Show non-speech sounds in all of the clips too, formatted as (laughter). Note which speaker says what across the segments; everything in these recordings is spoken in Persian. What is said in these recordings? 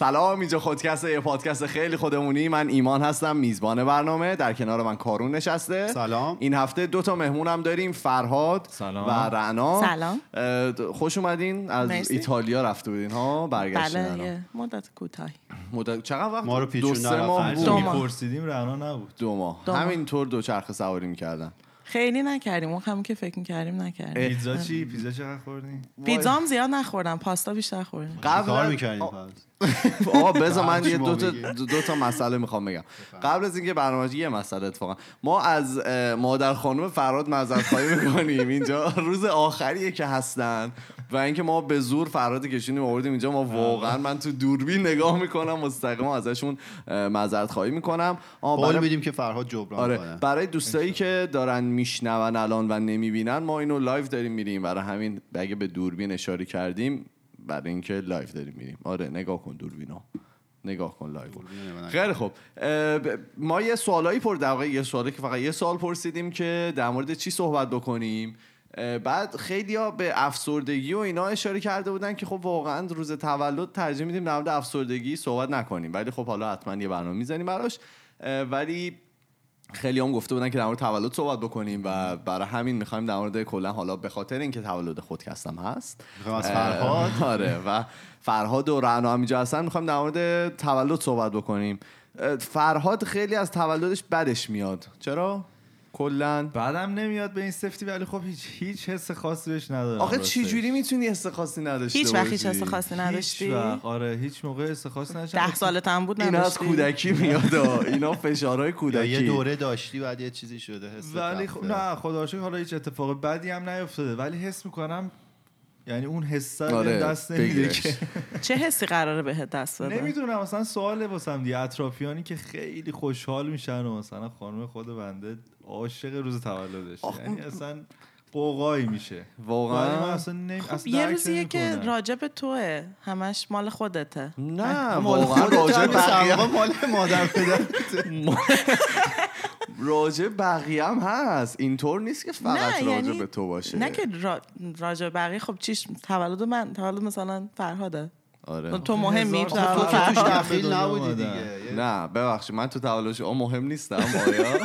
Speaker 1: سلام اینجا خودکست یه پادکست خیلی خودمونی من ایمان هستم میزبان برنامه در کنار من کارون نشسته
Speaker 2: سلام.
Speaker 1: این هفته دو تا مهمونم داریم فرهاد
Speaker 3: سلام.
Speaker 1: و رعنا
Speaker 4: سلام.
Speaker 1: اه، خوش اومدین از
Speaker 4: مرسی.
Speaker 1: ایتالیا رفته بودین ها برگشتین
Speaker 4: بله
Speaker 1: الان.
Speaker 4: یه مدت کوتاهی
Speaker 1: مدت چقدر وقت
Speaker 2: ما رو
Speaker 1: دو
Speaker 2: پیچوندن
Speaker 1: سه ماه
Speaker 2: آخر.
Speaker 1: بود.
Speaker 4: دو
Speaker 3: دو
Speaker 4: ماه.
Speaker 3: میپرسیدیم رعنا نبود
Speaker 1: دو ماه
Speaker 4: دو ماه.
Speaker 1: همینطور دو چرخ سواری میکردن
Speaker 4: خیلی نکردیم اون همون که فکر میکردیم نکردیم
Speaker 3: پیتزا چی
Speaker 1: آره.
Speaker 3: پیتزا چقدر خوردی
Speaker 4: پیتزا هم زیاد نخوردم پاستا بیشتر خوردیم
Speaker 2: کار
Speaker 1: قبل خب،
Speaker 2: می‌کردیم
Speaker 1: آه،
Speaker 2: پس
Speaker 1: (laughs) آقا بذار من
Speaker 2: هرچی
Speaker 1: یه
Speaker 2: ما
Speaker 1: دو تا,
Speaker 2: بگی.
Speaker 1: دو تا مسئله میخوام بگم قبل از اینکه برنامه یه مسئله اتفاقا ما از اه، مادر خانم فراد معذرت
Speaker 2: (laughs)
Speaker 1: خواهی میکنیم اینجا روز آخریه که هستن و اینکه ما به زور فراد کشونیم آوردیم اینجا
Speaker 2: بله.
Speaker 1: ما واقعا من تو دوربین نگاه میکنم مستقیما ازشون اه، معذرت خواهی میکنم
Speaker 2: قول میدیم که فرهاد جبران
Speaker 1: آره
Speaker 2: کنه
Speaker 1: برای دوستایی که دارن میشنون الان و نمیبینن ما اینو لایو داریم میریم برای همین اگه به دوربین اشاره کردیم برای اینکه لایو داریم میریم آره نگاه کن دوربینو نگاه کن لایو خیلی خوب اه، ب- ما یه سوالایی پر در واقع یه سوالی که فقط یه سوال پرسیدیم که در مورد چی صحبت بکنیم اه، بعد خیلی ها به افسردگی و اینا اشاره کرده بودن که خب واقعا روز تولد ترجیح میدیم در مورد افسردگی صحبت نکنیم ولی خب حالا حتما یه برنامه میزنیم براش اه، ولی خیلی هم گفته بودن که در مورد تولد صحبت بکنیم و برای همین میخوایم در مورد کلا حالا به خاطر اینکه تولد خودکستم هست
Speaker 2: می‌خوایم از
Speaker 1: اه،
Speaker 2: فرهاد.
Speaker 1: آره و فرهاد و رعنا هم اینجا هستن میخوایم در مورد تولد صحبت بکنیم اه، فرهاد خیلی از تولدش بدش میاد چرا
Speaker 2: بله،
Speaker 1: کلا
Speaker 3: بعدم نمیاد به این سفتی ولی خب هیچ هیچ حس خاصی بهش ندارم
Speaker 1: آخه
Speaker 3: راستش.
Speaker 1: چی جوری میتونی استخاصی نداشته
Speaker 4: هیچ وقت
Speaker 1: باشی؟
Speaker 4: هیچ حس خاصی
Speaker 3: هیچ
Speaker 4: نداشتی
Speaker 3: وقت. آره هیچ موقع حس خاصی نداشتم
Speaker 4: ده سالت هم بود
Speaker 1: اینا از
Speaker 4: نداشتی
Speaker 1: کودکی میاد آه. اینا فشارهای
Speaker 2: یا
Speaker 1: کودکی
Speaker 2: یه دوره داشتی بعد یه چیزی شده حس
Speaker 3: ولی
Speaker 2: تفره.
Speaker 3: خب نه خدا رو شکر حالا هیچ اتفاق بدی هم نیفتاده ولی حس میکنم یعنی اون حسه رو
Speaker 1: آره،
Speaker 3: دست نمیده
Speaker 1: بگیرش.
Speaker 3: که
Speaker 4: چه حسی قراره بهت دست بده
Speaker 3: نمیدونم مثلا سوال واسم دیگه اطرافیانی که خیلی خوشحال میشن و مثلا خانم خود بنده عاشق روز تولدش
Speaker 1: آخ،
Speaker 3: یعنی اصلا قوقایی میشه
Speaker 1: واقعاً؟
Speaker 3: ولی من
Speaker 2: بله،
Speaker 3: اصلا نمی...
Speaker 4: خب
Speaker 3: اصلا
Speaker 4: یه
Speaker 3: درک
Speaker 4: روزیه که
Speaker 3: نمی‌کنم.
Speaker 4: راجب توه همش مال خودته
Speaker 1: نه
Speaker 2: مال
Speaker 1: واقعا
Speaker 2: خودت
Speaker 1: راجع
Speaker 2: هم نیست،
Speaker 1: بقیه
Speaker 2: اما مال مادر
Speaker 3: (laughs)
Speaker 2: پدر
Speaker 1: راجع بقیه هم هست اینطور نیست که فقط راجع به تو باشه
Speaker 4: یعنی نه که را... راجع بقیه خب چیش تولد من تولد مثلا فرهاده
Speaker 1: آره
Speaker 4: تو مهمی
Speaker 3: هزار
Speaker 4: تو
Speaker 3: تا
Speaker 2: تو که توش
Speaker 4: فرهاد
Speaker 2: دخیل
Speaker 3: دنیا
Speaker 2: نبودی
Speaker 3: اومدن.
Speaker 2: دیگه یه-
Speaker 1: نه ببخشید من تو تولد شما مهم نیستم
Speaker 4: (laughs)
Speaker 1: آیا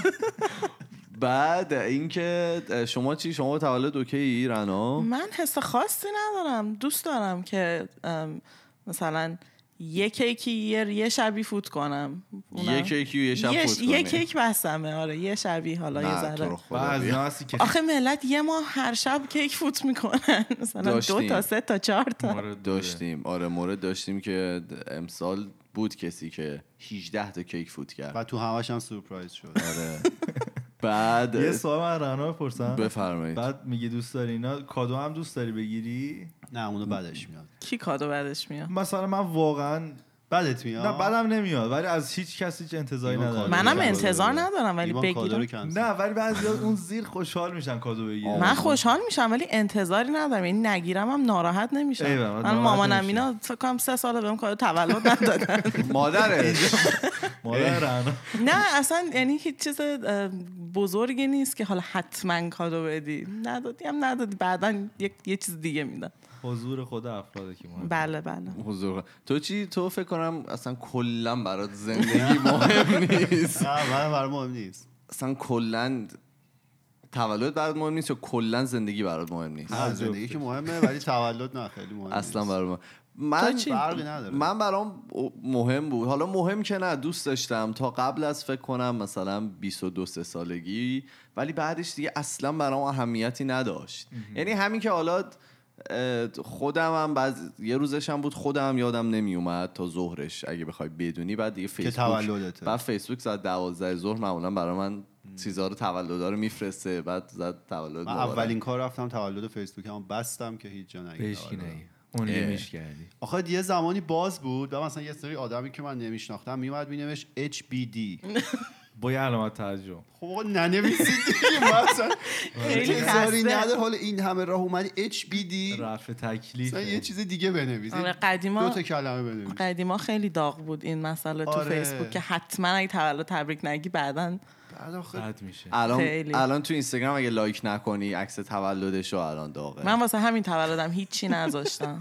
Speaker 1: بعد اینکه شما چی شما با تولد اوکی رنا
Speaker 4: من حس خاصی ندارم دوست دارم که ام، مثلا یه کیکی یه, یه شبی فوت کنم اونم.
Speaker 1: یه کیکی و یه شب
Speaker 4: یه,
Speaker 1: فوت
Speaker 4: یه
Speaker 1: کنی.
Speaker 4: کیک بستمه آره یه شبی حالا یه
Speaker 1: نه تو رو
Speaker 4: ذره
Speaker 3: و
Speaker 1: خدا
Speaker 3: از
Speaker 1: بیا.
Speaker 3: اینا هستی که
Speaker 4: آخه ملت یه ماه هر شب کیک فوت میکنن (laughs) مثلا
Speaker 1: داشتیم.
Speaker 4: دو تا سه تا چهار تا
Speaker 3: مورد داره.
Speaker 1: داشتیم آره مورد داشتیم که امسال بود کسی که 18 تا کیک فوت کرد
Speaker 2: و تو همش هم سورپرایز شد
Speaker 1: بعد
Speaker 3: یه سوال من رنا بپرسم
Speaker 1: بفرمایید
Speaker 3: بعد میگه دوست داری اینا کادو هم دوست داری بگیری
Speaker 2: نه اونو بدش میاد
Speaker 4: کی کادو بعدش میاد
Speaker 3: مثلا من واقعا
Speaker 2: بدت میاد
Speaker 3: نه بدم نمیاد ولی از هیچ کس هیچ انتظاری
Speaker 2: ایمان
Speaker 3: ندارم
Speaker 2: کادو
Speaker 4: منم
Speaker 2: بده.
Speaker 4: انتظار ندارم ولی
Speaker 2: ایمان کادو رو
Speaker 4: بگیرم
Speaker 2: کنسل.
Speaker 3: نه ولی بعضی اون زیر خوشحال میشن کادو بگیرن
Speaker 4: من خوشحال میشم ولی انتظاری ندارم یعنی نگیرم هم ناراحت
Speaker 3: ایول،
Speaker 4: نمیشم
Speaker 3: ناراحت
Speaker 4: من مامانم
Speaker 3: نمیشی.
Speaker 4: اینا فکر کنم سه ساله بهم کادو تولد ندادن
Speaker 1: مادرش
Speaker 3: مادر رنا
Speaker 4: نه اصلا یعنی هیچ چیز اه، بزرگی نیست که حالا حتما کادو بدی ندادی هم ندادی بعدا یه, یه چیز دیگه میدم
Speaker 3: حضور خدا افراد که مهم.
Speaker 4: بله بله
Speaker 1: حضور تو چی تو فکر کنم اصلا کلا برات زندگی مهم نیست
Speaker 2: نه من برای مهم نیست
Speaker 1: اصلا کلا تولد برات مهم نیست یا کلا زندگی برات مهم نیست
Speaker 2: نه زندگی که مهمه ولی تولد نه خیلی مهم
Speaker 1: اصلا
Speaker 2: نیست.
Speaker 1: برای من من
Speaker 4: تو چی؟
Speaker 2: فرقی نداره.
Speaker 1: من برام مهم بود حالا مهم که نه دوست داشتم تا قبل از فکر کنم مثلا 22 سه سالگی ولی بعدش دیگه اصلا برام اهمیتی نداشت یعنی همین که حالا اه، خودم هم بعض یه روزش هم بود خودم یادم نمی اومد تا ظهرش اگه بخوای بدونی بعد دیگه فیسبوک
Speaker 2: تولدته.
Speaker 1: بعد فیسبوک زد 12 ظهر معمولا برای من چیزا رو تولدا رو میفرسته بعد زد تولد
Speaker 2: من
Speaker 1: مبارک.
Speaker 2: اولین کار رفتم تولد فیسبوک هم بستم که هیچ جا نگیرم آره.
Speaker 3: بهش کی نگی اون
Speaker 1: اه.
Speaker 3: میش کردی
Speaker 2: آخه یه زمانی باز بود و مثلا یه سری آدمی که من نمیشناختم میومد مینوشت HBD
Speaker 3: با یه علامت ترجم
Speaker 2: خب آقا ننویسید دیگه. من مثلا آره.
Speaker 4: خیلی
Speaker 2: انتظاری
Speaker 4: خسته.
Speaker 2: نداره حالا این همه راه اومدی HBD
Speaker 3: رفع
Speaker 2: مثلا یه
Speaker 3: تکلیف
Speaker 2: چیز دیگه بنویسید
Speaker 4: آره
Speaker 2: دو
Speaker 4: قدیما
Speaker 2: تا کلمه بنویسید
Speaker 4: قدیما خیلی داغ بود این مسئله تو
Speaker 2: آره. بله.
Speaker 4: فیسبوک که حتما اگه تولد تبریک نگی بعدا
Speaker 2: بعد آخه
Speaker 3: بد میشه
Speaker 1: الان
Speaker 4: خیلی.
Speaker 1: الان تو اینستاگرام اگه لایک نکنی عکس تولدش رو الان داغه
Speaker 4: من واسه همین تولدم هیچی نذاشتم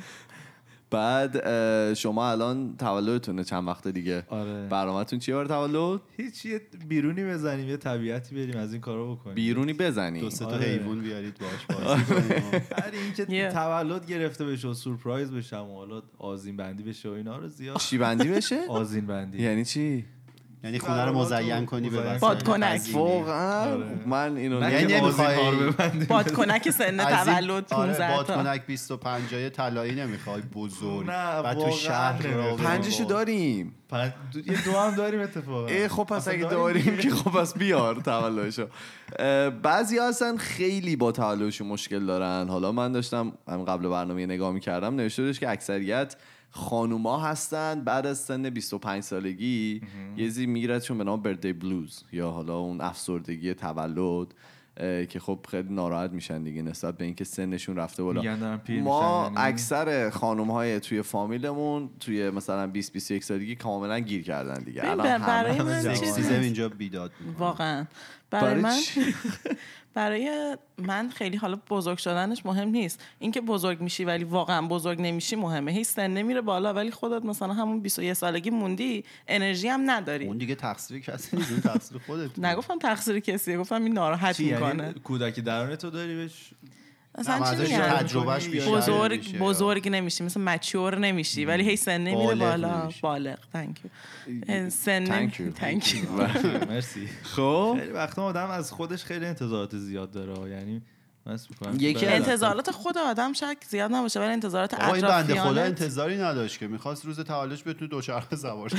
Speaker 1: بعد اه، شما الان تولدتونه چند وقت دیگه
Speaker 3: آره
Speaker 1: برنامهتون چیه برای تولد
Speaker 3: هیچ یه بیرونی بزنیم یه طبیعتی بریم از این کارا بکنیم
Speaker 1: بیرونی
Speaker 2: دو
Speaker 1: بزنی
Speaker 2: سه تا
Speaker 3: آره.
Speaker 2: حیوان بیارید باش (laughs) بازی کنیم.
Speaker 3: برای اینکه
Speaker 4: Yeah.
Speaker 3: تولد گرفته بشه و سورپرایز بشه و حالا آزین بندی بشه و اینا رو زیاد
Speaker 1: چی بندی
Speaker 3: (laughs)
Speaker 1: بشه
Speaker 3: آزین بندی
Speaker 1: یعنی چی
Speaker 2: یعنی خونه رو مزین کنی به
Speaker 3: مزین
Speaker 2: وسایل
Speaker 4: بادکنک.
Speaker 2: تزیینی.
Speaker 1: واقعا
Speaker 3: آره.
Speaker 1: من اینو
Speaker 3: نه
Speaker 2: یعنی
Speaker 3: که آذین
Speaker 2: نمی‌خوای-
Speaker 3: ها رو ببندیم.
Speaker 4: بادکنک سن
Speaker 2: از این-
Speaker 4: تولد 15
Speaker 2: آره
Speaker 4: تا
Speaker 2: بادکنک 25 جای طلایی نمیخوای بزرگ
Speaker 3: نه،
Speaker 2: و تو
Speaker 3: واقعا
Speaker 2: شهر
Speaker 3: نمی‌خوای.
Speaker 2: را
Speaker 1: پنجشو داریم
Speaker 3: پن- دو- یه دو هم داریم اتفاقا
Speaker 1: ای خب پس
Speaker 3: اصلا
Speaker 1: اگه داریم که خب پس بیار تولدشو اه، بعضی ها اصلا خیلی با تولدشون مشکل دارن حالا من داشتم هم قبل برنامه نگاه میکردم نوشته بودش که اکثریت خانوما هستن بعد از سن 25 سالگی یه زی میگیرتشون به نام بردی بلوز یا حالا اون افسردگی تولد اه، که خب خیلی ناراحت میشن دیگه نسبت به اینکه سنشون رفته بالا
Speaker 3: میگن دارن پیر
Speaker 1: ما
Speaker 3: میشن، یعنی؟
Speaker 1: اکثر خانم های توی فامیلمون توی مثلا 20 21 سالگی کاملا گیر کردن دیگه
Speaker 4: ببین،
Speaker 1: الان همه-
Speaker 4: برای
Speaker 1: همه
Speaker 4: من
Speaker 1: جوان.
Speaker 4: چیزی
Speaker 2: سکسیزم اینجا بیداد
Speaker 4: واقعا برای آره، من (laughs)
Speaker 1: چی؟
Speaker 4: برای من خیلی حالا بزرگ شدنش مهم نیست اینکه بزرگ میشی ولی واقعا بزرگ نمیشی مهمه هیچ سن نمیره بالا ولی خودت مثلا همون 21 سالگی موندی انرژی هم نداری
Speaker 2: اون دیگه تقصیر کسی نیست اون تقصیر خودت
Speaker 4: نگفتم تقصیر کسیه گفتم این ناراحت
Speaker 3: چی یعنی
Speaker 4: میکنه
Speaker 3: کودک درون تو داری بهش
Speaker 2: نه،
Speaker 4: اصلا چی
Speaker 2: ازش
Speaker 4: میگن
Speaker 2: تجربهش
Speaker 3: میگن؟
Speaker 2: بیشتر
Speaker 4: بزرگ
Speaker 2: میشه.
Speaker 4: بزرگ نمیشی مثل مچور نمیشی ولی هی سن نمیره
Speaker 2: بالغ
Speaker 4: بالا
Speaker 2: نمیشی.
Speaker 4: بالغ thank you. اه، سن نمی-
Speaker 1: Thank you.
Speaker 4: thank
Speaker 1: (laughs)
Speaker 4: you.
Speaker 3: مرسی
Speaker 1: خب
Speaker 3: خیلی وقتا آدم از خودش خیلی انتظارات زیاد داره ها. یعنی من حس می‌کنم
Speaker 1: یکی
Speaker 3: بعد-
Speaker 4: انتظارات خود آدم شک زیاد نباشه ولی انتظارات
Speaker 2: آقا این بنده خدا
Speaker 4: اطرافیانت
Speaker 2: انتظاری نداشت که میخواست روز تولدش بتونه دوچرخه سوار شه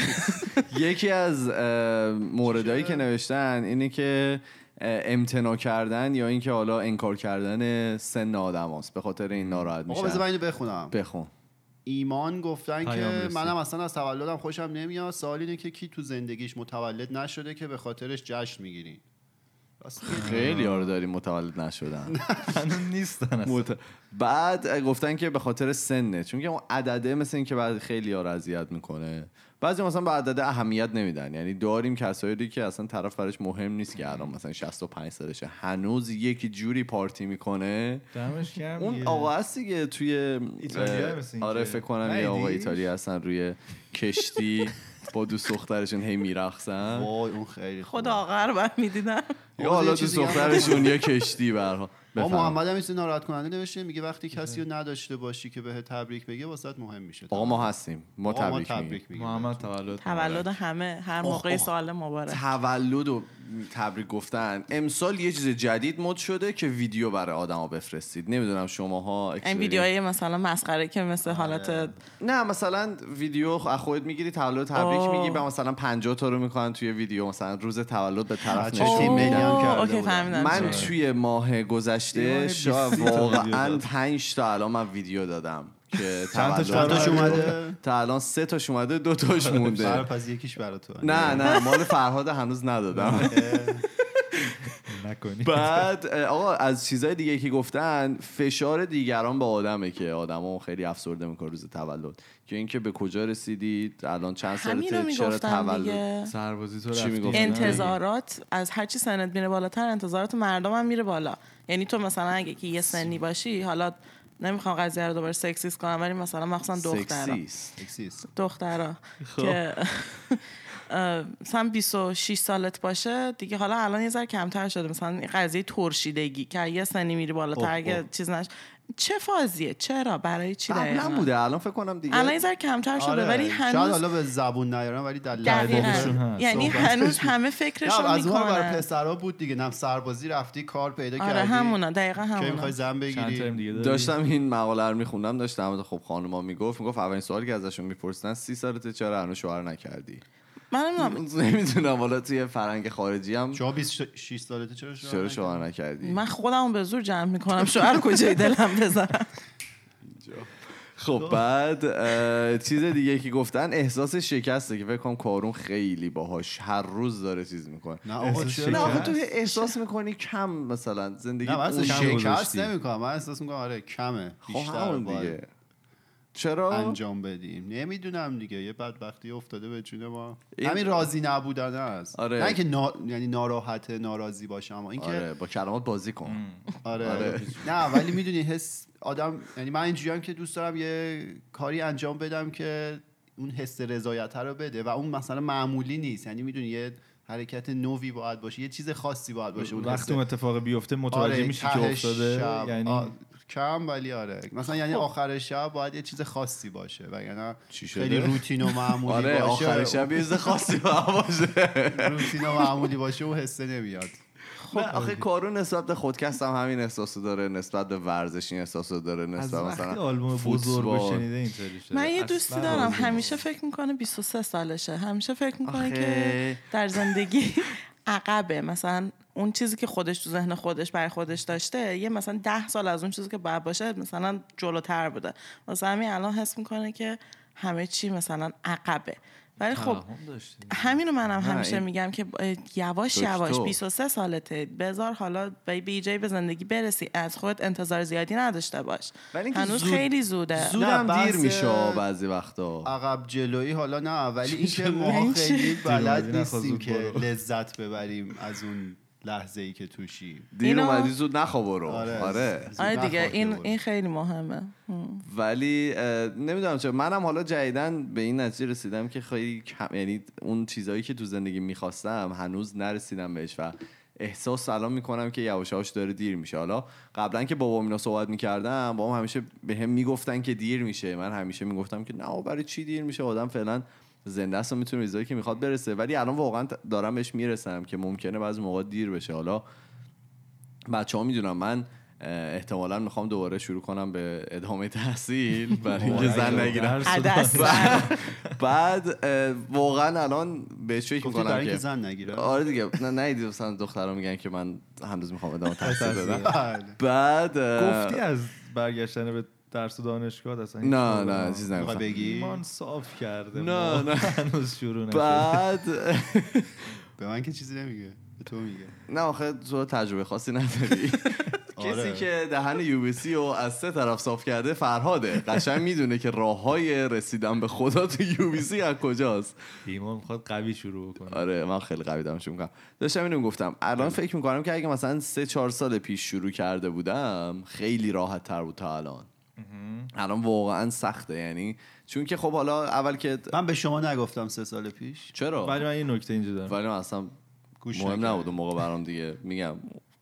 Speaker 2: (laughs)
Speaker 1: یکی از اه، موردهایی که نوشتن اینه که اه، امتناع کردن یا اینکه حالا انکار کردن سن آدم هاست به خاطر این ناراحت
Speaker 2: آقا بذار
Speaker 1: میشن
Speaker 2: من اینو بخونم
Speaker 1: بخون
Speaker 2: ایمان گفتن
Speaker 3: پیام
Speaker 2: که
Speaker 3: رسید.
Speaker 2: منم اصلا از تولدم خوشم نمیاد سوال اینه که کی تو زندگیش متولد نشده که به خاطرش جشن میگیرین
Speaker 1: خیلی یارو داریم متولد نشدن
Speaker 3: هنوز نیستن
Speaker 1: (laughs)
Speaker 3: اصلا.
Speaker 1: مت- بعد اه، گفتن که به خاطر سنه چون که اون عدده مثل اینکه بعد خیلی ها رو اذیت میکنه بعضی مثلا به عدده اهمیت نمیدن یعنی داریم کسایی که اصلا طرف برش مهم نیست که الان مثلا 65 سالشه هنوز یکی جوری پارتی میکنه
Speaker 3: دمش گرم
Speaker 1: اون
Speaker 3: دیگه.
Speaker 1: آقا هست دیگه توی
Speaker 3: ایتالیا مثل اینکه.
Speaker 1: آره فکر کنم یه آقا
Speaker 3: ندیدیش؟
Speaker 1: ایتالیا هستن روی کشتی با دوست دخترشون هی میرخصن
Speaker 2: وای اون خیلی خوبه.
Speaker 4: خود آقا رو من میدیدم
Speaker 1: یا حالا
Speaker 2: یه چیز
Speaker 1: دوست
Speaker 2: دیگه هم
Speaker 1: دخترشون یه کشتی برها
Speaker 2: ما محمد هم این ناراحت کننده نوشته میگه وقتی کسی رو نداشته باشی که بهت تبریک بگه واسط مهم میشه
Speaker 1: آقا ما هستیم ما
Speaker 2: آقا،
Speaker 1: تبریک میگیم
Speaker 2: میگیم آره.
Speaker 3: محمد تولد
Speaker 4: تولد همه هر موقع سال مبارک
Speaker 1: تولد و تبریک گفتن امسال یه چیز جدید مد شده که ویدیو برای آدما بفرستید نمیدونم شماها
Speaker 4: این
Speaker 1: experience-
Speaker 4: ویدیوهای مثلا مسخره که مثل
Speaker 1: آره.
Speaker 4: حالت
Speaker 1: نه مثلا ویدیو خ- از خودت میگیری تولد تبریک
Speaker 4: آه.
Speaker 1: میگی و مثلا 50 تا رو میکنن توی ویدیو مثلا روز تولد به طرف
Speaker 2: بچه
Speaker 1: نشون
Speaker 2: تیم ملی هم
Speaker 1: میدن
Speaker 4: اوه،
Speaker 2: کرده
Speaker 4: اوکی
Speaker 2: بودن.
Speaker 4: فهمیدم
Speaker 1: من
Speaker 4: چی.
Speaker 1: توی ماه
Speaker 3: یه ماه
Speaker 1: گذشته
Speaker 3: 20 تا
Speaker 1: شاید
Speaker 3: ویدیو
Speaker 1: واقعا
Speaker 3: داد.
Speaker 1: 5 تا الان من ویدیو دادم که
Speaker 3: چند
Speaker 1: تولد
Speaker 3: تا-
Speaker 2: چند تاش
Speaker 1: تبریک
Speaker 2: اومده؟
Speaker 1: گفتن. تا الان سه تاش اومده دو تاش
Speaker 2: آره،
Speaker 1: مونده
Speaker 2: پس یکیش برا تو
Speaker 1: بله. نه نه مال فرهاد هنوز
Speaker 3: (laughs)
Speaker 1: ندادم
Speaker 3: نکنی
Speaker 1: بعد اه، آقا از چیزای دیگه که گفتن فشار دیگران به آدمه که آدمو خیلی افسرده میکنه روز تولد که اینکه به کجا رسیدید الان چند
Speaker 4: همین رو
Speaker 1: سالته چرا
Speaker 4: میگفتم
Speaker 1: تولد
Speaker 4: دیگه
Speaker 3: سربازی تو
Speaker 1: چی
Speaker 3: رفتی
Speaker 1: می‌گفتی؟
Speaker 4: انتظارات از هر چی سنت میره بالاتر انتظارات مردم هم میره بالا یعنی تو مثلا اگه که یه سنی باشی حالا نمیخوام قضیه رو دوباره سکسیست کنم ولی مثلا مخصوصا دخترا
Speaker 1: سکسیست
Speaker 2: اکسیست
Speaker 4: دخترا که (laughs) اه، مثلا 26 سالت باشه دیگه حالا الان یه ذره کمتر شده مثلا این قضیه ترشیدگی که یه سنی میری
Speaker 2: اوه،
Speaker 4: بالاتر اگه
Speaker 2: اوه.
Speaker 4: چیز نش چه فازیه چرا برای چی دقیقاً؟
Speaker 1: قبلا بوده الان فکر کنم دیگه
Speaker 4: الان یه ذره کمتر شده ولی
Speaker 2: آره. شاید
Speaker 4: هنوز
Speaker 2: حالا به زبون نیارم ولی در لحظهشون
Speaker 4: دقیقاً
Speaker 3: هست.
Speaker 4: یعنی
Speaker 2: صحبتش.
Speaker 4: هنوز همه فکرشو
Speaker 2: از اون ور برای
Speaker 4: میکنن
Speaker 2: پسرا بود دیگه نم سربازی رفتی کار پیدا
Speaker 4: آره
Speaker 2: کردی
Speaker 4: همونا دقیقا
Speaker 2: که
Speaker 4: همونا
Speaker 2: میخوای زن
Speaker 3: چند
Speaker 2: بگیری
Speaker 3: ترم دیگه داری؟
Speaker 1: داشتم این مقاله رو میخوندم داشتم در مورد خب خانوما میگفت میگفت اولین سوالی که ازشون میپرسیدن سی سالته چرا هنوز شوهر نکردی
Speaker 4: من نمی‌دونم.
Speaker 1: (laughs) نمیدونم حالا توی فرنگ خارجی هم
Speaker 2: شما 26 سالته چرا شوهر
Speaker 1: چرا
Speaker 2: نکردی؟
Speaker 1: شوهر نکردی
Speaker 4: من خودم به زور جمع میکنم شوهر کجای دلم بزنم
Speaker 1: خب بعد اه، چیز دیگه که گفتن احساس شکسته که فکر کنم کارون خیلی باهاش هر روز داره چیز میکنه
Speaker 2: نه آقا
Speaker 3: احساس
Speaker 1: نه
Speaker 2: چرا
Speaker 1: آخه
Speaker 3: شکست.
Speaker 1: تو احساس میکنی کم مثلا زندگی
Speaker 2: نه من اصلا
Speaker 1: اون
Speaker 3: کم
Speaker 2: شکست
Speaker 3: گذاشتی.
Speaker 2: نمیکنم من احساس میکنم آره کمه
Speaker 1: خب
Speaker 2: بیشتر
Speaker 1: همون
Speaker 2: باید
Speaker 1: دیگه چرا
Speaker 2: انجام بدیم نمیدونم دیگه یه بدبختی افتاده به جون ما
Speaker 1: این-
Speaker 2: همین راضی نبودن است
Speaker 1: آره.
Speaker 2: نه که نا... یعنی ناراحت ناراضی باشم اما اینکه
Speaker 1: آره با کلمات آره، بازی کن
Speaker 2: آره.
Speaker 1: آره.
Speaker 2: نه ولی میدونی حس آدم یعنی من اینجوریام که دوست دارم یه کاری انجام بدم که اون حس رضایت رو بده و اون مثلا معمولی نیست یعنی میدونی یه حرکت نوی باید باشه یه چیز خاصی باید باشه اون حس
Speaker 3: وقتی اون اتفاق بیفته متوجه
Speaker 2: آره،
Speaker 3: میشی که
Speaker 2: ته
Speaker 3: افتاده
Speaker 2: شب.
Speaker 3: یعنی خب.
Speaker 2: آ- کم ولی آره مثلا یعنی آخر شب باید یه چیز خاصی باشه وگرنه
Speaker 1: چی شده؟
Speaker 2: خیلی روتین و معمولی
Speaker 1: آره
Speaker 2: باشه
Speaker 1: آخر شب یه چیز خاصی با هم باشه
Speaker 2: روتین و معمولی باشه و حسه نمیاد
Speaker 1: نه، خب، آخه کارو نسبت به خودکست هم همین احساسو داره نسبت به ورزش این احساسو داره
Speaker 3: از
Speaker 1: نسبت
Speaker 3: وقتی
Speaker 1: مثلا
Speaker 3: آلبوم بزرگ رو
Speaker 1: فوتبال.
Speaker 3: شنیده اینطوری شده
Speaker 4: من یه
Speaker 3: اصلا
Speaker 4: دوستی دارم
Speaker 3: راضی
Speaker 4: همیشه فکر میکنه 23 سالشه همیشه فکر میکنه
Speaker 1: آخه.
Speaker 4: که در زندگی (laughs) عقبه مثلا اون چیزی که خودش تو ذهن خودش برای خودش داشته یه مثلا ده سال از اون چیزی که باید باشه مثلا جلوتر بوده واسه همین الان حس میکنه که همه چی مثلا عقبه ولی خب
Speaker 3: توهم داشتی.
Speaker 4: همینو منم
Speaker 1: نه،
Speaker 4: همیشه
Speaker 1: این-
Speaker 4: میگم که اه، یواش
Speaker 1: دکتر.
Speaker 4: یواش 23 سالته بذار حالا به به جای به زندگی برسی از خودت انتظار زیادی نداشته باش
Speaker 1: ولی اینکه
Speaker 4: هنوز
Speaker 1: زود-
Speaker 4: خیلی زوده
Speaker 2: زود-
Speaker 1: زودم
Speaker 2: نه،
Speaker 1: دیر
Speaker 2: بحث-
Speaker 1: میشه بعضی وقتا
Speaker 2: عقب جلویی حالا نه ولی اینکه
Speaker 4: این
Speaker 2: ما
Speaker 4: چی؟
Speaker 2: خیلی بلد
Speaker 3: دیروزی نخواست
Speaker 2: نیستیم
Speaker 3: خب، زود
Speaker 2: که
Speaker 3: برو.
Speaker 2: لذت ببریم از اون لحظه ای که توشیم
Speaker 1: دیر
Speaker 4: اینو-
Speaker 1: اومدی زود نخوا برو آره
Speaker 2: زود
Speaker 4: آره دیگه
Speaker 2: نخواب
Speaker 4: این
Speaker 2: یهو.
Speaker 4: این خیلی مهمه
Speaker 1: ولی اه، نمیدونم چرا منم حالا جدیدن به این نتیجه رسیدم که خیلی کم یعنی اون چیزهایی که تو زندگی میخواستم هنوز نرسیدم بهش و احساس الان میکنم که یواش یواش داره دیر میشه حالا قبلا که بابام اینا صحبت میکردم بابام همیشه به هم میگفتن که دیر میشه من همیشه میگفتم که نه برای چی دیر میشه آدم فعلا زنده است و میتونه به چیزایی که میخواد برسه ولی الان واقعا دارم بهش میرسم که ممکنه بعضی موقع دیر بشه حالا بچه ها میدونم من اه، احتمالا میخوام دوباره شروع کنم به ادامه تحصیل برای اینکه
Speaker 3: مبارک
Speaker 1: زن
Speaker 3: شما.
Speaker 1: نگیرم
Speaker 3: هر صدا-
Speaker 4: عدس
Speaker 1: (laughs) بعد اه، واقعا الان بهش فکر
Speaker 2: گفتی برای
Speaker 1: میکنم
Speaker 2: اینکه
Speaker 1: که
Speaker 2: زن نگیره
Speaker 1: آره دیگه نه نیدی مثلا دخترها میگن که من هنوز میخوام
Speaker 2: (laughs)
Speaker 1: ادامه تحصیل بدم
Speaker 2: بله.
Speaker 1: بعد اه،
Speaker 3: گفتی از برگشتن به درس و دانشگاه اصلا هیچ
Speaker 1: نه
Speaker 3: کاری
Speaker 1: نه
Speaker 3: ندارم.
Speaker 1: چیز
Speaker 2: می‌خوای
Speaker 1: نگفتم
Speaker 2: بگی
Speaker 3: ایمان صاف کرده
Speaker 1: نه،
Speaker 3: ما
Speaker 1: نه.
Speaker 3: هنوز
Speaker 1: (laughs)
Speaker 3: شروع نشده
Speaker 1: بعد
Speaker 2: به من که چیزی نمیگه به تو میگه
Speaker 1: نه آخه تو تجربه خاصی نداری
Speaker 2: (laughs) آره.
Speaker 1: کسی که دهن یوبیسی رو از سه طرف صاف کرده فرهاده قشنگ میدونه که راه های رسیدن به خدا تو یوبیسی از کجاست
Speaker 3: ایمان میخواد قوی شروع کنه
Speaker 1: آره من خیلی قوی دمشو میکنم داشتم اینو گفتم
Speaker 3: بله.
Speaker 1: الان فکر میکنم که اگه مثلا سه چهار سال پیش شروع کرده بودم خیلی راحت تر بود تا الان الان واقعا سخته یعنی چون که خب حالا اول که
Speaker 2: من به شما نگفتم سه سال پیش
Speaker 1: چرا
Speaker 3: ولی من یه نکته اینجا دارم
Speaker 1: ولی من اصلا
Speaker 2: گوش
Speaker 1: مهم
Speaker 2: نکردم.
Speaker 1: نبود اون موقع برام دیگه میگم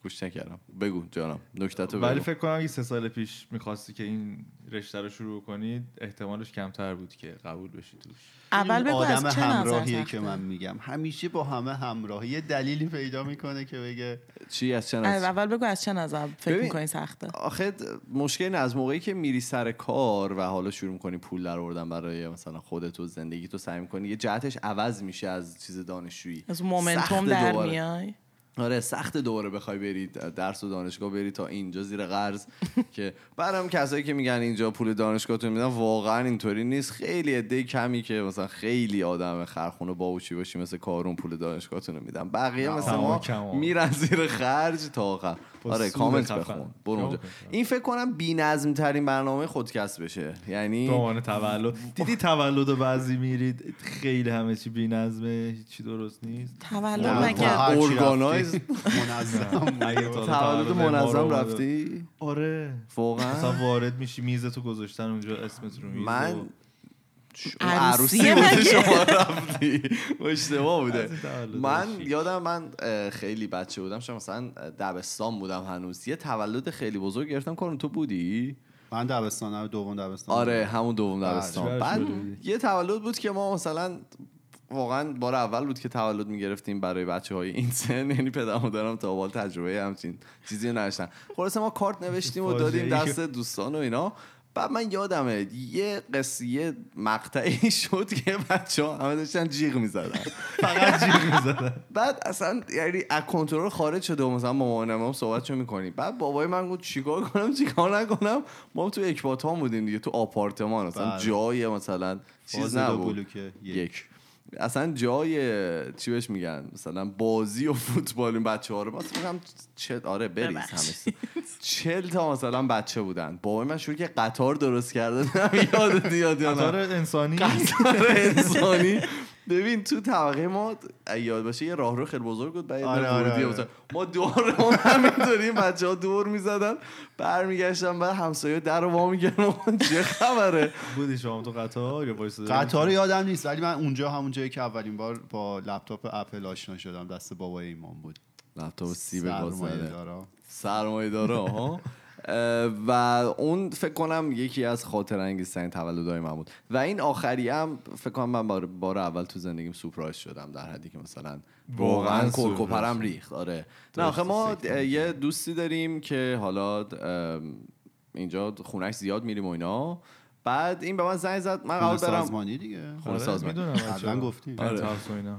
Speaker 1: گوش نکردم بگو جانم نکتتو
Speaker 3: ولی
Speaker 1: بگو
Speaker 3: فکر کنم اگه سه سال پیش میخواستی که این رشته رو شروع کنید احتمالش کمتر بود که قبول بشی توش
Speaker 4: اول
Speaker 2: این
Speaker 4: بگو
Speaker 2: آدم
Speaker 4: از چه
Speaker 2: همراهیه
Speaker 4: نظر
Speaker 2: که
Speaker 4: که
Speaker 2: من میگم همیشه با همه همراهی یه دلیلی پیدا میکنه که بگه
Speaker 1: چی از چند از
Speaker 4: آره، اول بگو از چه نظر فکر
Speaker 1: ببین.
Speaker 4: میکنی سخته
Speaker 1: آخه د- مشکل اینه، از موقعی که میری سر کار و حالا شروع میکنی پول در آوردن برای مثلا خودت و زندگی تو سعی میکنی یه جهتش عوض میشه از چیز دانشجویی
Speaker 4: از
Speaker 1: سخت
Speaker 4: مومنتوم در
Speaker 1: دوباره.
Speaker 4: میای
Speaker 1: آره سخت دوباره بخوای بری درس و دانشگاه بری تا اینجا زیر
Speaker 3: (laughs)
Speaker 1: قرض که برام کسایی که میگن اینجا پول دانشگاهتون میدن واقعا اینطوری نیست خیلی عده کمی که مثلا خیلی آدم خرخون و باوچی باشی مثل کارون پول دانشگاهتون رو میدن بقیه مثل
Speaker 3: کما
Speaker 1: ما
Speaker 3: کما.
Speaker 1: میرن زیر خرج تا آخر
Speaker 3: با
Speaker 1: آره
Speaker 3: سود
Speaker 1: کامنت
Speaker 3: خفن.
Speaker 1: بخون برو
Speaker 3: کامنت
Speaker 1: اونجا
Speaker 3: بخون.
Speaker 1: این فکر کنم بی‌نظم ترین برنامه خودکست بشه یعنی
Speaker 3: به عنوان تولد دیدی تولد و بعضی میرید خیلی همه چی بی نظمه هیچی درست نیست
Speaker 4: تولد
Speaker 1: نه،
Speaker 4: مگه
Speaker 1: واقعا. ارگانایز.
Speaker 2: منظم
Speaker 3: اگه
Speaker 2: بود.
Speaker 1: (laughs)
Speaker 3: تا
Speaker 1: تولد
Speaker 3: ما رو
Speaker 1: منظم
Speaker 3: بود.
Speaker 1: رفتی
Speaker 3: آره
Speaker 1: واقعا
Speaker 3: مثلا وارد میشی میز تو گذاشتن اونجا اسمت رو خب. میز
Speaker 1: من عروسی
Speaker 4: عروسیه
Speaker 1: بود
Speaker 4: مگه؟
Speaker 1: شما رفتی اشتباه بوده
Speaker 3: از این تولد
Speaker 1: من
Speaker 3: شیک.
Speaker 1: یادم من اه، خیلی بچه بودم شما مثلا دبستان بودم هنوز یه تولد خیلی بزرگ گرفتم کارون تو بودی
Speaker 2: من دبستانم دوم دبستان
Speaker 1: آره همون دوم دبستان
Speaker 3: چقدر
Speaker 1: بعد
Speaker 3: بله. شده بودی؟
Speaker 1: یه تولد بود که ما مثلا واقعا بار اول بود که تولد میگرفتیم برای بچه های این سن یعنی پدر مادرم تا حال تجربه همچین چیزی رو نداشتن خلاص ما کارت نوشتیم و دادیم
Speaker 3: فاجعه‌ای.
Speaker 1: دست دوستان و اینا بعد من یادمه یه قصیه مقطعی (laughs) شد که بچه ها همه داشتن جیغ
Speaker 3: (laughs)
Speaker 1: میزدن
Speaker 3: فقط جیغ میزدن
Speaker 1: بعد اصلا یعنی از کنترل خارج شده و مثلا با مامانم هم صحبت چه میکنیم بعد بابای من گفت چیکار کنم چیکار نکنم ما هم تو اکباتان بودیم دیگه تو آپارتمان اصلا
Speaker 2: بله.
Speaker 1: جای مثلا چیز نبود
Speaker 2: یک
Speaker 1: یک اصلا جای چی بهش میگن مثلا بازی و فوتبال این بچه ها رو مثلا میگم چه آره بریز همه
Speaker 4: ببخشید.
Speaker 1: چل تا مثلا بچه بودن بابای من شروع که (laughs) قطار درست کردن یاد دیاد یا نه
Speaker 2: (laughs)
Speaker 3: قطار آره، انسانی
Speaker 1: قطار انسانی ببین تو طبقه ما اگه یاد باشه یه راهرو خیلی بزرگ بود بعد یه
Speaker 2: آره،
Speaker 1: دونه
Speaker 2: آره،
Speaker 1: ورودی
Speaker 2: آره.
Speaker 1: مثلا. ما دور اون همینطوری این بچه ها دور میزدن برمیگشتن بعد همسایه در رو وا میگن (laughs) چه خبره
Speaker 3: بودی شما تو قطار یا وایس
Speaker 2: قطار رو یادم نیست ولی من اونجا همون جایی که اولین بار با لپتاپ اپل آشنا شدم دست بابای ایمان بود
Speaker 1: لپتاپ سیب بازاره
Speaker 2: سرمایه‌دارا.
Speaker 1: سرمایه داره ها و اون فکر کنم یکی از خاطر انگیزترین تولدهای من بود و این آخری هم فکر کنم من بار, بار اول تو زندگیم سورپرایز شدم در حدی که مثلا
Speaker 3: واقعاً
Speaker 1: واقعا
Speaker 3: سورپرایز.
Speaker 1: کرکوپرم ریخت آره نه آخه ما اه، یه دوستی داریم که حالا ام، اینجا خونش زیاد میریم و اینا بعد این به من زنگ زد من قرار
Speaker 2: خونه
Speaker 1: برم خب.
Speaker 2: سازمانی دیگه
Speaker 1: خونه سازمانی.
Speaker 3: آره، میدونم
Speaker 2: قبلا گفتیم
Speaker 3: آره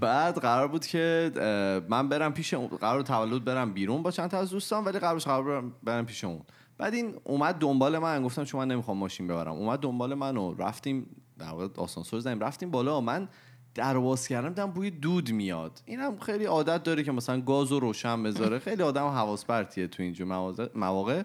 Speaker 1: بعد قرار بود که اه، من برم پیش اون قرار بود تولد برم بیرون با چند تا از دوستان ولی قرارش قرار برم, برم پیش اون بعد این اومد دنبال من گفتم چون من نمیخوام ماشین ببرم اومد دنبال من و رفتیم در واقع آسانسور زدیم رفتیم بالا من در باز کردم دیدم بوی دود میاد اینم خیلی عادت داره که مثلا گاز و روشن بذاره خیلی آدم حواس پرتیه تو اینجور مواضع- مواقع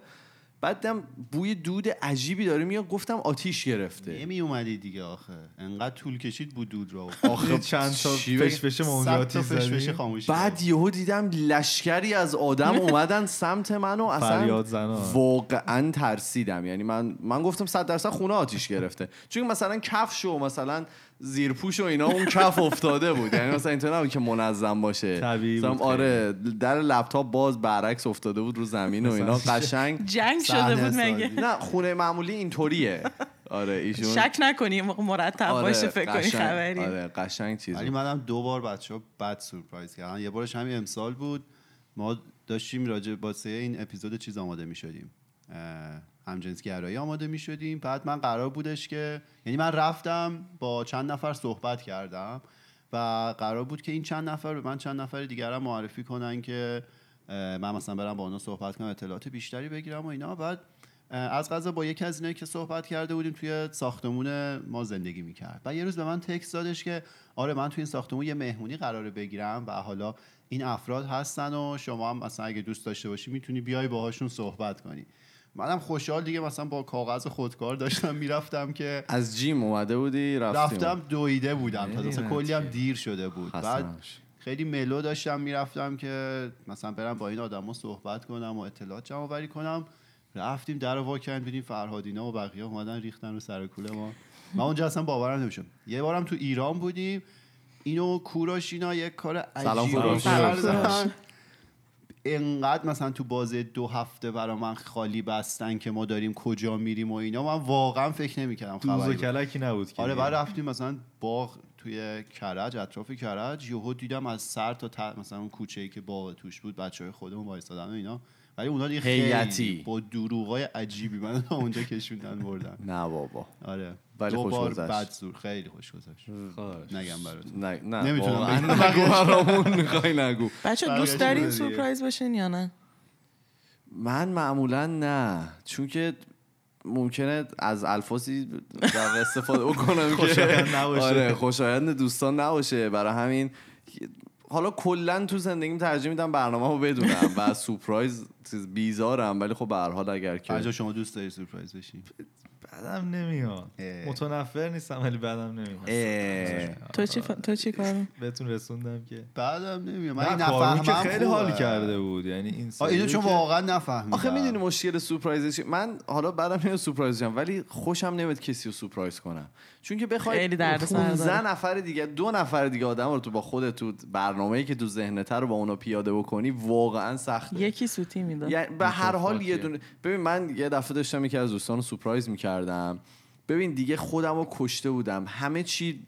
Speaker 1: بعد دیدم بوی دود عجیبی داره میاد گفتم آتیش گرفته
Speaker 2: نمی اومدی دیگه آخه انقدر طول کشید بود دود رو
Speaker 3: آخه چند تا
Speaker 1: چی بگم؟
Speaker 3: فش فش ما اونجا
Speaker 2: صد تا
Speaker 3: آتیش
Speaker 2: فشفشه
Speaker 3: زدیم
Speaker 2: خاموش
Speaker 1: بعد یهو دیدم لشکری از
Speaker 3: (laughs)
Speaker 1: آدم اومدن سمت من و اصلا
Speaker 3: فریاد زنان.
Speaker 1: واقعا ترسیدم یعنی من من گفتم صد درصد خونه آتیش گرفته چون مثلا کفش و مثلا زیرپوش و اینا اون کف افتاده بود یعنی مثلا اینطور نبود که منظم باشه
Speaker 3: طبیعی
Speaker 1: مثلا
Speaker 3: بود
Speaker 1: آره در لپتاپ باز برعکس افتاده بود رو زمین و اینا
Speaker 3: مثلا
Speaker 1: قشنگ
Speaker 4: جنگ شده
Speaker 2: صحنه
Speaker 4: بود مگه
Speaker 1: نه خونه معمولی اینطوریه آره ایشون
Speaker 4: شک نکنی مرتب
Speaker 1: آره،
Speaker 4: باشه فکر کنی
Speaker 1: قشنگ-
Speaker 4: خبری
Speaker 1: آره قشنگ چیزی
Speaker 2: ولی منم دو بار بچه ها بد سورپرایز کردن یه بارش همین امسال بود ما داشتیم راجع با سه این اپیزود چیز آماده می شدیم همجنس گرایی آماده می شدیم بعد من قرار بودش که یعنی من رفتم با چند نفر صحبت کردم و قرار بود که این چند نفر به من چند نفر دیگرم معرفی کنن که اه، من مثلا برم با اونا صحبت کنم اطلاعات بیشتری بگیرم و اینا بعد اه، از غذا با یکی از اینایی که صحبت کرده بودیم توی ساختمون ما زندگی میکرد و یه روز به من تکست دادش که آره من توی این ساختمون یه مهمونی قراره بگیرم و حالا این افراد هستن و شما هم مثلا اگه دوست داشته باشی میتونی بیای باهاشون صحبت کنی منم خوشحال دیگه مثلا با کاغذ خودکار داشتم میرفتم که
Speaker 1: از جیم اومده بودی رفتیم
Speaker 2: رفتم دویده بودم تا مثلا کلی هم دیر شده بود
Speaker 1: خسته
Speaker 2: بعد
Speaker 1: نباشی.
Speaker 2: خیلی ملو داشتم میرفتم که مثلا برم با این آدما صحبت کنم و اطلاعات جمع آوری کنم رفتیم در رو وا کردیم دیدیم فرهادینا و بقیه اومدن ریختن رو سر کوله ما من اونجا اصلا باورم نمیشد یه بارم تو ایران بودیم اینو کوروش اینا یک کار
Speaker 1: سلام
Speaker 2: عجیبی
Speaker 1: کوروش.
Speaker 2: کردن انقدر مثلا تو بازه دو هفته برا من خالی بستن که ما داریم کجا میریم و اینا من واقعا فکر نمیکردم
Speaker 3: دوز و
Speaker 2: خبری بود.
Speaker 3: کلکی نبود که
Speaker 2: آره
Speaker 3: دیگه.
Speaker 2: بعد رفتیم مثلا باغ توی کرج اطراف کرج یهو دیدم از سر تا ته مثلا اون کوچه ای که باغ توش بود بچه های خودمون وایسادن و اینا ولی اونا دیگه
Speaker 1: هیئتی.
Speaker 2: خیلی با دروغای عجیبی من (laughs) اونجا کشوندن بردن
Speaker 1: نه بابا
Speaker 2: آره
Speaker 1: ولی
Speaker 2: دو
Speaker 1: خوش
Speaker 2: بار
Speaker 1: گذشت.
Speaker 2: بد زور خیلی خوش گذشت نگم برات
Speaker 1: نه نه
Speaker 2: نمی‌تونم
Speaker 1: واقعاً
Speaker 2: بگم.
Speaker 1: نگو برامون میخوای نگو
Speaker 4: بچه
Speaker 2: برگشت
Speaker 4: دوست دارین
Speaker 2: بوده دیگه.
Speaker 4: سورپرایز باشین یا نه
Speaker 1: من معمولا نه چون که ممکنه از الفاظی در واقع استفاده بکنم
Speaker 3: خوشایند
Speaker 1: که
Speaker 3: نباشه.
Speaker 1: آره خوشایند دوستان نباشه برای همین حالا کلا تو زندگیم ترجیح میدم برنامه رو بدونم و از سورپرایز چیز بیزارم ولی خب به هر حال اگر
Speaker 2: هر جا
Speaker 1: که
Speaker 2: شما دوست داری سورپرایز بشی
Speaker 3: بدم نمیاد
Speaker 2: اه.
Speaker 3: متنفر نیستم ولی بدم نمیاد
Speaker 1: اه،
Speaker 4: تو چی ف... تو چی کار
Speaker 3: بهتون رسوندم که
Speaker 2: بعدم نمیدونم من
Speaker 3: نه
Speaker 2: این
Speaker 3: کارون که
Speaker 2: نفهمم
Speaker 3: خیلی حال
Speaker 2: خوبه.
Speaker 3: کرده بود یعنی این
Speaker 2: آه، اینو
Speaker 3: سری
Speaker 2: چون
Speaker 3: که-
Speaker 2: واقعا نفهمیدم
Speaker 1: آخه میدونی مشکل سورپرایز چیه؟ من حالا بعدم میاد سورپرایز شم ولی خوشم نمیاد کسی رو سورپرایز کنم چون که بخوای
Speaker 4: خیلی دردسر داره.
Speaker 1: 15 نفر دیگه دو نفر دیگه آدم رو تو با خودت تو برنامه‌ای که تو ذهنت رو با اونا پیاده بکنی واقعا سخته
Speaker 4: یکی سوتی میداد
Speaker 1: یعنی به هر حال یه
Speaker 3: متفاوتیه.
Speaker 1: دونه ببین من یه دفعه داشتم یکی از دوستان رو سورپرایز میکردم ببین دیگه خودم رو کشته بودم همه چی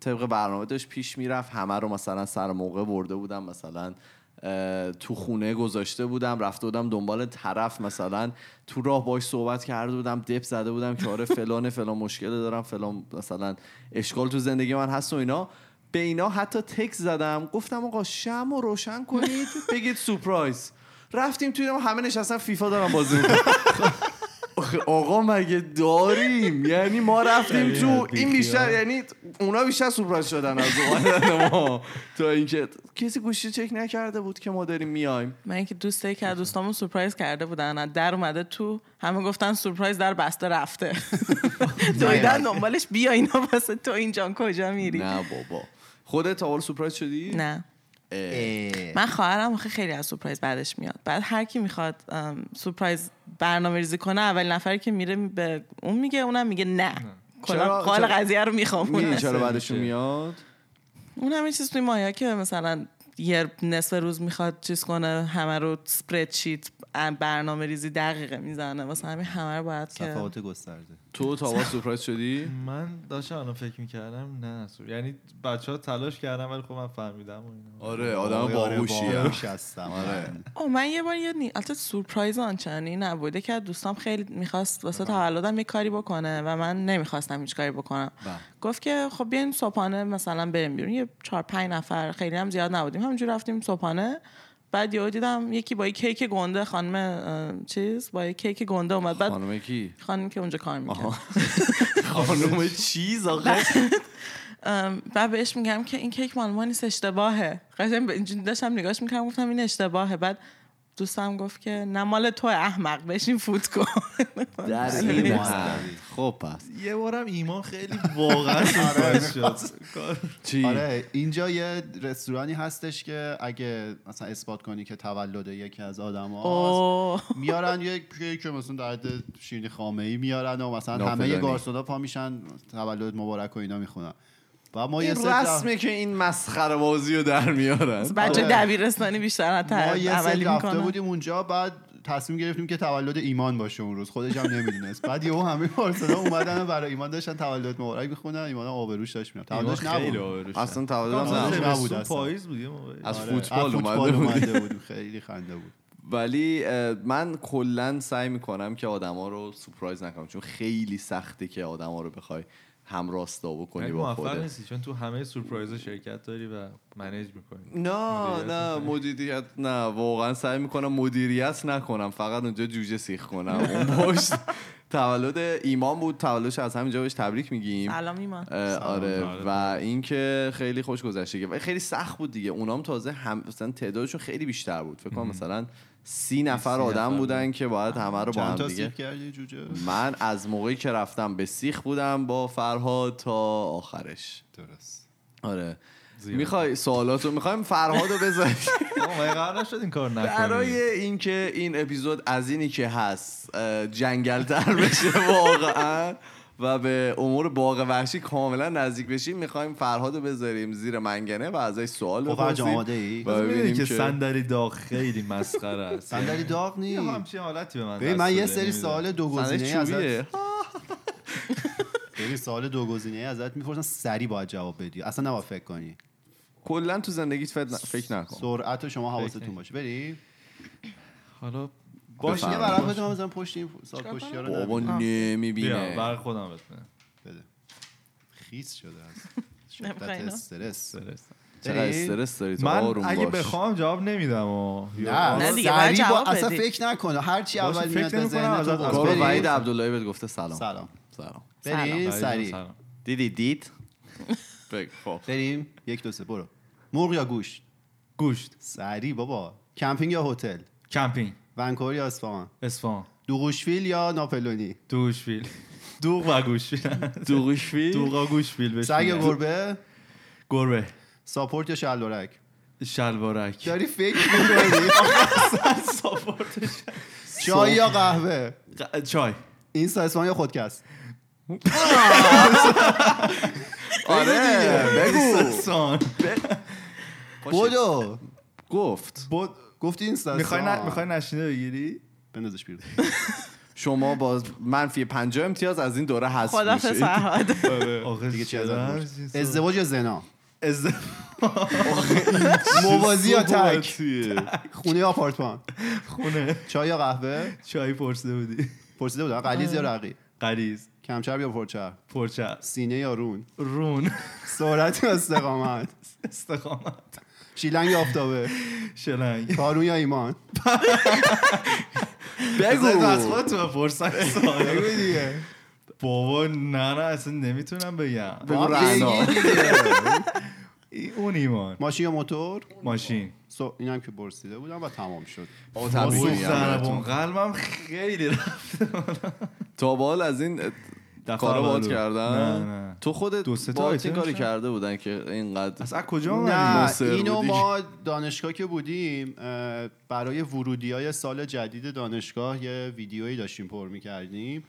Speaker 1: طبق برنامه داشت پیش میرفت همه رو مثلا سر موقع برده بودم مثلا اه، تو خونه گذاشته بودم رفته بودم دنبال طرف مثلا تو راه باش صحبت کرده بودم دپ زده بودم که آره فلان فلان مشکل دارم فلان مثلا اشکال تو زندگی من هست و اینا به اینا حتی تکس زدم گفتم آقا شم رو روشن کنید بگید سورپرایز رفتیم توی ما همه نشستن فیفا دارن بازی میکنن آخه آقا مگه داریم یعنی ما رفتیم تو این بیشتر یعنی اونا بیشتر سورپرایز شدن از اومدن (laughs) ما تا اینکه کسی گوشی چک نکرده بود که ما داریم میایم
Speaker 4: من که دوست که از دوستامون سورپرایز کرده بودن از در اومده تو همه گفتن سورپرایز در بسته رفته
Speaker 1: (laughs)
Speaker 4: دویدن دنبالش بیا اینا واسه تو اینجان کجا میری
Speaker 1: نه بابا خودت اول سورپرایز شدی
Speaker 4: نه
Speaker 1: اه.
Speaker 2: اه.
Speaker 4: من خواهرم آخه خیلی از سورپرایز بعدش میاد بعد هر کی میخواد ام، سورپرایز برنامه ریزی کنه اول نفری که میره به اون میگه اونم میگه نه
Speaker 1: چرا-
Speaker 4: کلا قال
Speaker 1: چرا-
Speaker 4: قضیه رو
Speaker 1: می‌دونی
Speaker 4: میخوام
Speaker 1: چرا بعدشون
Speaker 3: میشه.
Speaker 1: میاد
Speaker 4: اون همه چیز توی مایا که مثلا یه نصف روز میخواد چیز کنه همه رو سپریدشیت برنامه ریزی دقیقه میزنه واسه همین همه رو باید که
Speaker 2: صفحات گسترده
Speaker 1: تو تا اول سورپرایز شدی
Speaker 3: من داشتم الان فکر میکردم نه سور. یعنی بچه ها تلاش کردم ولی خب من فهمیدم و اینا
Speaker 1: آره آدم
Speaker 2: آره، آره،
Speaker 1: باهوشیه
Speaker 2: باهوش هستم
Speaker 1: آره.
Speaker 4: او من یه بار یه نی... البته سورپرایز آنچنانی نبوده که دوستم خیلی میخواست واسه تولدم یه کاری بکنه و من نمیخواستم هیچ کاری بکنم گفت که خب بیاین صبحانه مثلا بریم بیرون یه چهار پنج نفر خیلی هم زیاد نبودیم همینجور رفتیم صبحانه بعد یهو دیدم یکی با یه کیک گنده خانم اه، چیز با یه کیک گنده اومد بعد
Speaker 1: خانم کی
Speaker 4: خانم که اونجا کار میکرد
Speaker 1: (laughs) خانم چیز آخه
Speaker 4: ام، بعد بهش میگم که این کیک مال ما نیست اشتباهه قشنگ به- اینجوری داشتم نگاش میکردم گفتم این اشتباهه بعد دوستم گفت که نه مال تو احمق بشین فوت کن (laughs)
Speaker 1: در این حد. خب پس
Speaker 3: یه بارم ایمان خیلی
Speaker 2: (laughs)
Speaker 3: واقعا سورپرایز شد کار-
Speaker 1: چی
Speaker 2: آره اینجا یه رستورانی هستش که اگه مثلا اثبات کنی که تولد یکی از آدم
Speaker 4: اوه.
Speaker 2: میارن یه کیک که مثلا در حد شیرینی خامه ای میارن و مثلا همه
Speaker 1: ناپلئونی.
Speaker 2: گارسونا پا میشن تولد مبارک و اینا میخونن و ما یه
Speaker 1: این
Speaker 2: سری رف-
Speaker 1: رسمه که این مسخره بازی رو در میارن
Speaker 4: بچه
Speaker 2: آره.
Speaker 4: دبیرستانی بیشتر از
Speaker 2: ما
Speaker 4: تر-
Speaker 2: یه سری
Speaker 4: اولی
Speaker 2: رفته
Speaker 4: میکنن
Speaker 2: بودیم اونجا بعد تصمیم گرفتیم که تولد ایمان باشه اون روز خودش هم نمیدونست بعد یهو همه گارسونا اومدن و برای ایمان داشتن تولد مبارک میخونن ایمان هم آبروش داشت میرفت
Speaker 3: ایمان
Speaker 2: تولدش
Speaker 3: خیلی
Speaker 2: نبود
Speaker 3: آبروش شد.
Speaker 1: اصلا تولدم
Speaker 2: آره.
Speaker 1: نه
Speaker 2: نبود
Speaker 3: زمستون
Speaker 2: اصلا.
Speaker 3: پاییز بود یه موقعی.
Speaker 1: از
Speaker 2: آره،
Speaker 1: فوتبال
Speaker 2: از
Speaker 1: اومده بود.
Speaker 2: اومده بود خیلی خنده بود
Speaker 1: ولی اه، من کلا سعی میکنم که آدما رو سورپرایز نکنم چون خیلی سخته که آدما رو بخوای هم راستا بکنی
Speaker 3: یعنی
Speaker 1: با
Speaker 3: موفق
Speaker 1: خودت
Speaker 3: نیستی چون تو همه سورپرایز شرکت داری و منیج میکنی
Speaker 1: نه
Speaker 3: مدیریت
Speaker 1: نه مدیریت نه واقعا سعی میکنم مدیریت نکنم فقط اونجا جوجه سیخ کنم اون پشت تولد ایمان بود تولدش از همینجا بهش تبریک میگیم
Speaker 4: سلام ایمان
Speaker 1: اه، آره
Speaker 3: سلام.
Speaker 1: و اینکه خیلی خوش گذشته که- و خیلی سخت بود دیگه اونام تازه هم مثلا تعدادشون خیلی بیشتر بود فکر کنم مثلا سی نفر
Speaker 3: سی
Speaker 1: آدم
Speaker 3: نفر
Speaker 1: بودن که باید همه رو با
Speaker 2: چند
Speaker 1: هم
Speaker 2: تا
Speaker 1: دیگه
Speaker 2: سیخ کردی جوجه
Speaker 1: من از موقعی که رفتم به سیخ بودم با فرهاد تا آخرش
Speaker 2: درست
Speaker 1: آره
Speaker 3: زیاد.
Speaker 1: میخوای سوالاتو میخوایم فرهاد رو بذاری
Speaker 3: آقا، مگه قرار نشد این کار
Speaker 1: برای
Speaker 3: نکنی
Speaker 1: اینکه این اپیزود از اینی که هست جنگل تر (laughs) بشه واقعا و به امور باغ وحشی کاملا نزدیک بشیم میخوایم فرهاد رو بذاریم زیر منگنه و ازش سوال
Speaker 2: خب فرج
Speaker 1: بپرسیم
Speaker 2: آماده ای
Speaker 1: و
Speaker 3: بازم می‌دونی
Speaker 1: ببینیم
Speaker 3: که
Speaker 1: که-
Speaker 3: صندلی داغ خیلی مسخره است
Speaker 2: صندلی
Speaker 3: (laughs)
Speaker 2: داغ
Speaker 3: یه
Speaker 2: نی
Speaker 3: همچین حالتی به من
Speaker 2: ببین
Speaker 3: دست
Speaker 2: من یه
Speaker 3: داده،
Speaker 2: سری
Speaker 3: نمی‌دونم.
Speaker 2: سوال دو گزینه
Speaker 1: سندش
Speaker 2: ای ازت
Speaker 1: چوبیه
Speaker 2: ببین سوال دو گزینه ای ازت میپرسن سری باید جواب بدی اصلا نباید فکر کنی
Speaker 1: کلا تو زندگیت فکر ن- فکر نکن
Speaker 2: سرعت و شما
Speaker 3: فکر
Speaker 2: حواستون باشه بریم
Speaker 3: حالا
Speaker 2: باشه یه
Speaker 1: بفرمایید.
Speaker 2: ورق بده من بزنم پشت این سال
Speaker 4: چیکار
Speaker 2: پشتی ها
Speaker 4: کنم؟
Speaker 2: رو
Speaker 1: بابا
Speaker 2: نبینم.
Speaker 3: بیا
Speaker 1: نمیبینه
Speaker 3: بر خودم بده
Speaker 2: بده خیس شده از شدت
Speaker 4: (laughs) نمی‌خوای اینا؟
Speaker 2: استرس
Speaker 1: چقدر
Speaker 2: بریم؟
Speaker 1: استرس داری تو
Speaker 3: من
Speaker 1: آروم
Speaker 3: اگه
Speaker 1: باش.
Speaker 3: بخوام جواب نمیدم و
Speaker 4: نه
Speaker 2: نه
Speaker 4: دیگه،
Speaker 2: سریع
Speaker 4: باید
Speaker 2: با
Speaker 4: جواب
Speaker 2: اصلا
Speaker 4: بدی.
Speaker 2: فکر نکن هرچی
Speaker 3: باشه،
Speaker 2: اول
Speaker 3: فکر
Speaker 2: میاد به
Speaker 3: نمی‌کنم
Speaker 2: ذهنت
Speaker 3: ازت
Speaker 2: واسه
Speaker 3: از-
Speaker 1: برو
Speaker 2: بریم.
Speaker 1: وحید عبداللهی بهت گفته سلام
Speaker 2: سلام
Speaker 1: سلام
Speaker 2: بریم سریع
Speaker 3: سلام
Speaker 1: دیدی دید (laughs) بگو. خب
Speaker 2: بریم یک دو سه برو مرغ یا گوشت
Speaker 3: گوشت
Speaker 2: سریع بابا کمپینگ یا هتل
Speaker 3: کمپینگ
Speaker 2: ونکوور یا اصفهان
Speaker 3: اسفان
Speaker 2: دوغوشفیل یا ناپلونی
Speaker 3: دوشفیل (laughs) دوغ و گوشفیل (laughs)
Speaker 1: دوغوشوی
Speaker 3: دوغا گوشفیل بهش
Speaker 2: سگ
Speaker 3: میگن.
Speaker 2: گربه
Speaker 3: گربه
Speaker 2: ساپورت یا شلورک
Speaker 3: شلوارک
Speaker 2: داری فکر میکنی چای یا قهوه
Speaker 3: ق- چای
Speaker 2: این سایسوان یا خودکست
Speaker 1: آره بگو
Speaker 3: سان
Speaker 2: بودو
Speaker 1: گفت
Speaker 3: بود
Speaker 2: گفتی این
Speaker 3: میخوای ن... میخوای
Speaker 2: سایسوان
Speaker 3: نشینه بگیری
Speaker 2: بندازش بیرون
Speaker 1: شما با منفی 50 امتیاز از این دوره حذف
Speaker 4: خدا
Speaker 1: میشید
Speaker 4: فرهاد
Speaker 3: آخه
Speaker 2: دیگه چی
Speaker 3: چقدر
Speaker 2: ازت
Speaker 3: چیز-
Speaker 2: بود؟ ازدواج یا زنا
Speaker 3: ازدواج.
Speaker 2: موازی یا تک
Speaker 1: صحبتیه.
Speaker 2: خونه یا آپارتمان
Speaker 3: خونه
Speaker 2: چای یا قهوه
Speaker 3: چای پرسیده بودی
Speaker 2: پرسیده بودم غلیظ یا رقی
Speaker 3: غریز
Speaker 2: کمچرب یا پرچرب
Speaker 3: پرچست
Speaker 2: سینه یا رون
Speaker 3: رون (laughs)
Speaker 2: سرعت یا استقامت
Speaker 3: استقامت
Speaker 2: شیلنگ یا آفتابه
Speaker 3: شلنگ
Speaker 2: کارون یا ایمان
Speaker 3: از
Speaker 1: بگو
Speaker 3: خودت تو بپرسن سوال. بابا نه نه اصلا نمیتونم بگم
Speaker 1: بگو
Speaker 2: با
Speaker 1: رعنا
Speaker 2: بگی دیگه.
Speaker 3: ای- اون ایمان
Speaker 2: ماشین یا موتور
Speaker 3: ماشین
Speaker 2: سو اینم که برسیده بودم و تمام شد
Speaker 1: تبریک میگم
Speaker 3: سوخت ضربان
Speaker 1: بهتون.
Speaker 3: قلبم خیلی رفت
Speaker 1: تا به حال از این
Speaker 3: دفعه
Speaker 1: کارا باهات
Speaker 3: اولو.
Speaker 1: کردن
Speaker 3: نه، نه.
Speaker 1: تو خودت
Speaker 3: دو سه تا
Speaker 1: باهات این
Speaker 3: آیتم
Speaker 1: کاری
Speaker 3: شد؟
Speaker 1: کرده بودن که اینقدر
Speaker 3: از از کجا
Speaker 2: نه
Speaker 3: اومدی
Speaker 1: مصر
Speaker 2: اینو
Speaker 1: بودی.
Speaker 2: ما دانشگاه که بودیم اه، برای ورودی های سال جدید دانشگاه یه ویدیویی داشتیم پر میکردیم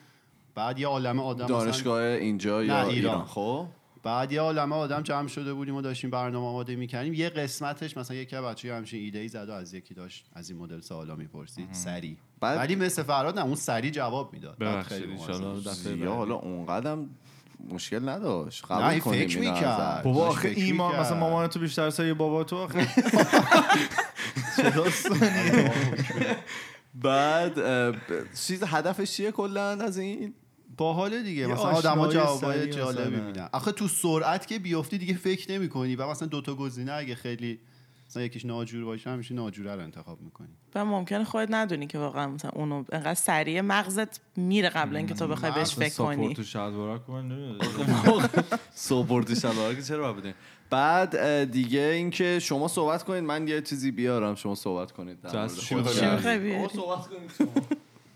Speaker 2: بعد یه عالم آدم مثلا-
Speaker 1: دانشگاه اینجا یا
Speaker 2: ایران.
Speaker 1: ایران خب
Speaker 2: بعد یه عالمه آدم جمع شده بودیم و داشتیم برنامه آماده میکنیم یه قسمتش مثلا یکی بچه همچین ایده ای زد و از یکی داشت از این مدل سوالا میپرسید سری
Speaker 1: بعد-
Speaker 2: ولی مثل فراد نه اون سری جواب میداد بعد
Speaker 5: ببخشید
Speaker 2: خیلی
Speaker 5: انشالله
Speaker 2: مواظب بود.
Speaker 5: دفعه
Speaker 1: یا
Speaker 5: بعدی.
Speaker 1: حالا اونقدرم مشکل نداشت
Speaker 2: نه،
Speaker 1: قبول
Speaker 2: این
Speaker 1: کنیم
Speaker 2: فکر
Speaker 1: اینو
Speaker 2: می‌کرد.
Speaker 1: ازت.
Speaker 3: بابا
Speaker 2: داشت
Speaker 3: آخه
Speaker 2: فکر
Speaker 3: ایمان
Speaker 2: می‌کرد.
Speaker 3: مثلا مامان تو بیشتر سایه بابا تو آخه چه داستانی؟
Speaker 1: بعد اه، ب- چیز هدفش چیه کلا از این
Speaker 2: با حال دیگه
Speaker 3: یه
Speaker 2: مثلا
Speaker 3: آشنایی
Speaker 2: آدما جوابای
Speaker 3: سری
Speaker 2: جالبی
Speaker 3: مثلا.
Speaker 2: میدن آخه تو سرعت که بیفتی دیگه فکر نمیکنی و مثلا دوتا گزینه اگه خیلی مثلا یکیش ناجور باشه همیشه ناجوره رو انتخاب میکنی
Speaker 4: و ممکنه خودت ندونی که واقعا مثلا اونو انقدر سریع مغزت میره قبل اینکه تو بخوای بهش فکر کنی
Speaker 3: ساپورت و شلوارک من نمی‌دونم.
Speaker 1: سوپورتی شلوار که چرا باید بدین؟ بعد اه، دیگه اینکه شما صحبت کنید من یه چیزی بیارم شما صحبت کنید در مورد
Speaker 3: جست چی
Speaker 1: خودتون.
Speaker 4: چی میخوای بیاری؟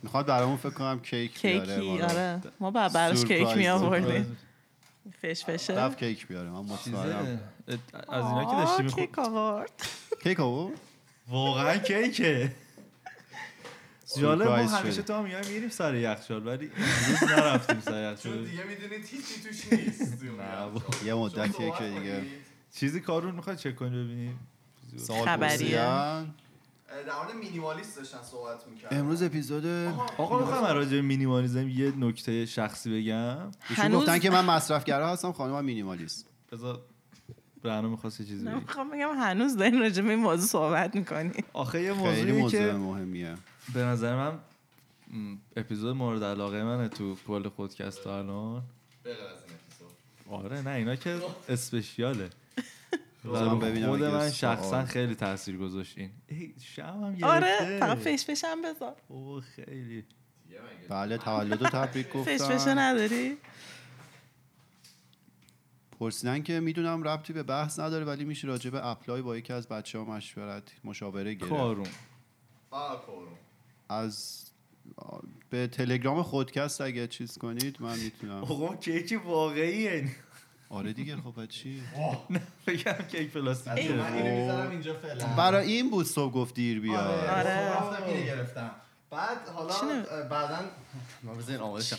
Speaker 2: میخواد برامون فکر کنم کیک بیاره
Speaker 4: کیکی
Speaker 2: والا.
Speaker 4: آره ما بعد براش
Speaker 2: سورپرایز،
Speaker 4: کیک می آوردیم
Speaker 3: سورپرایز.
Speaker 4: فش فشه
Speaker 2: رفت کیک بیاره من مطمئنم
Speaker 3: چیزه. از اینا که داشتی می‌خوردی.
Speaker 4: کیک آورد
Speaker 2: کیک آورد
Speaker 3: واقعا کیکه جالب ما
Speaker 2: سورپرایز
Speaker 3: همیشه
Speaker 2: شدی.
Speaker 3: تو هم میایم میریم سر یخچال ولی امروز نرفتیم سر یخچال
Speaker 1: دیگه میدونید هیچی توش نیست
Speaker 3: نه، بابا.
Speaker 2: یه مدتیه که دیگه
Speaker 3: چیزی کارون میخواد چک کنی ببینیم
Speaker 2: سوال
Speaker 4: خبریه.
Speaker 2: پرسیدن.
Speaker 1: در مورد مینیمالیست داشتن صحبت میکردن
Speaker 2: امروز اپیزود
Speaker 3: آقا میخوام راجع به مینیمالیزم یه نکته شخصی بگم
Speaker 2: ایشون
Speaker 4: هنوز
Speaker 2: گفتن که من مصرفگرا هستم خانمم مینیمالیست
Speaker 3: بذار رهنا میخواست یه چیزی
Speaker 4: نه،
Speaker 3: بگی
Speaker 4: میخوام بگم هنوز دارین راجع به این موضوع صحبت میکنی
Speaker 3: آخه یه
Speaker 2: خیلی
Speaker 3: موضوعی
Speaker 2: موضوع
Speaker 3: که
Speaker 2: مهمیه
Speaker 3: به نظر من م، اپیزود مورد علاقه منه تو کل خودکست تا الان آره نه اینا
Speaker 2: (laughs)
Speaker 3: که اسپشیاله و
Speaker 2: بذار من ببینم
Speaker 3: خود
Speaker 2: اگه
Speaker 3: من
Speaker 2: سوال.
Speaker 3: شخصا خیلی تاثیر گذاشتین آره. ای، شب هم گرفته
Speaker 4: آره فقط فش فشم بذار
Speaker 3: اوه، خیلی
Speaker 2: بله تولد و تبریک
Speaker 4: فش فشه
Speaker 2: گفتن
Speaker 4: نداری
Speaker 2: پرسیدن که میدونم ربطی به بحث نداره ولی میشه راجع به اپلای با یکی از بچه ها مشورت مشاوره
Speaker 1: خب.
Speaker 2: گرفت
Speaker 3: کارون
Speaker 2: از آ، به تلگرام خودکست اگه چیز کنید من میتونم
Speaker 3: (laughs) آقا کیک واقعیه
Speaker 2: آره دیگه خب
Speaker 3: (laughs)
Speaker 2: بعد چی خب.
Speaker 3: بگم کیک
Speaker 4: ای.
Speaker 3: پلاستیکیه
Speaker 1: میذارم اینجا فعلا
Speaker 2: برای این بود صبح گفت دیر بیا
Speaker 4: آره.
Speaker 1: خب رفتم اینو گرفتم بعد حالا
Speaker 4: چی نمی-
Speaker 1: اه، بعدا ما بزنین آمادشم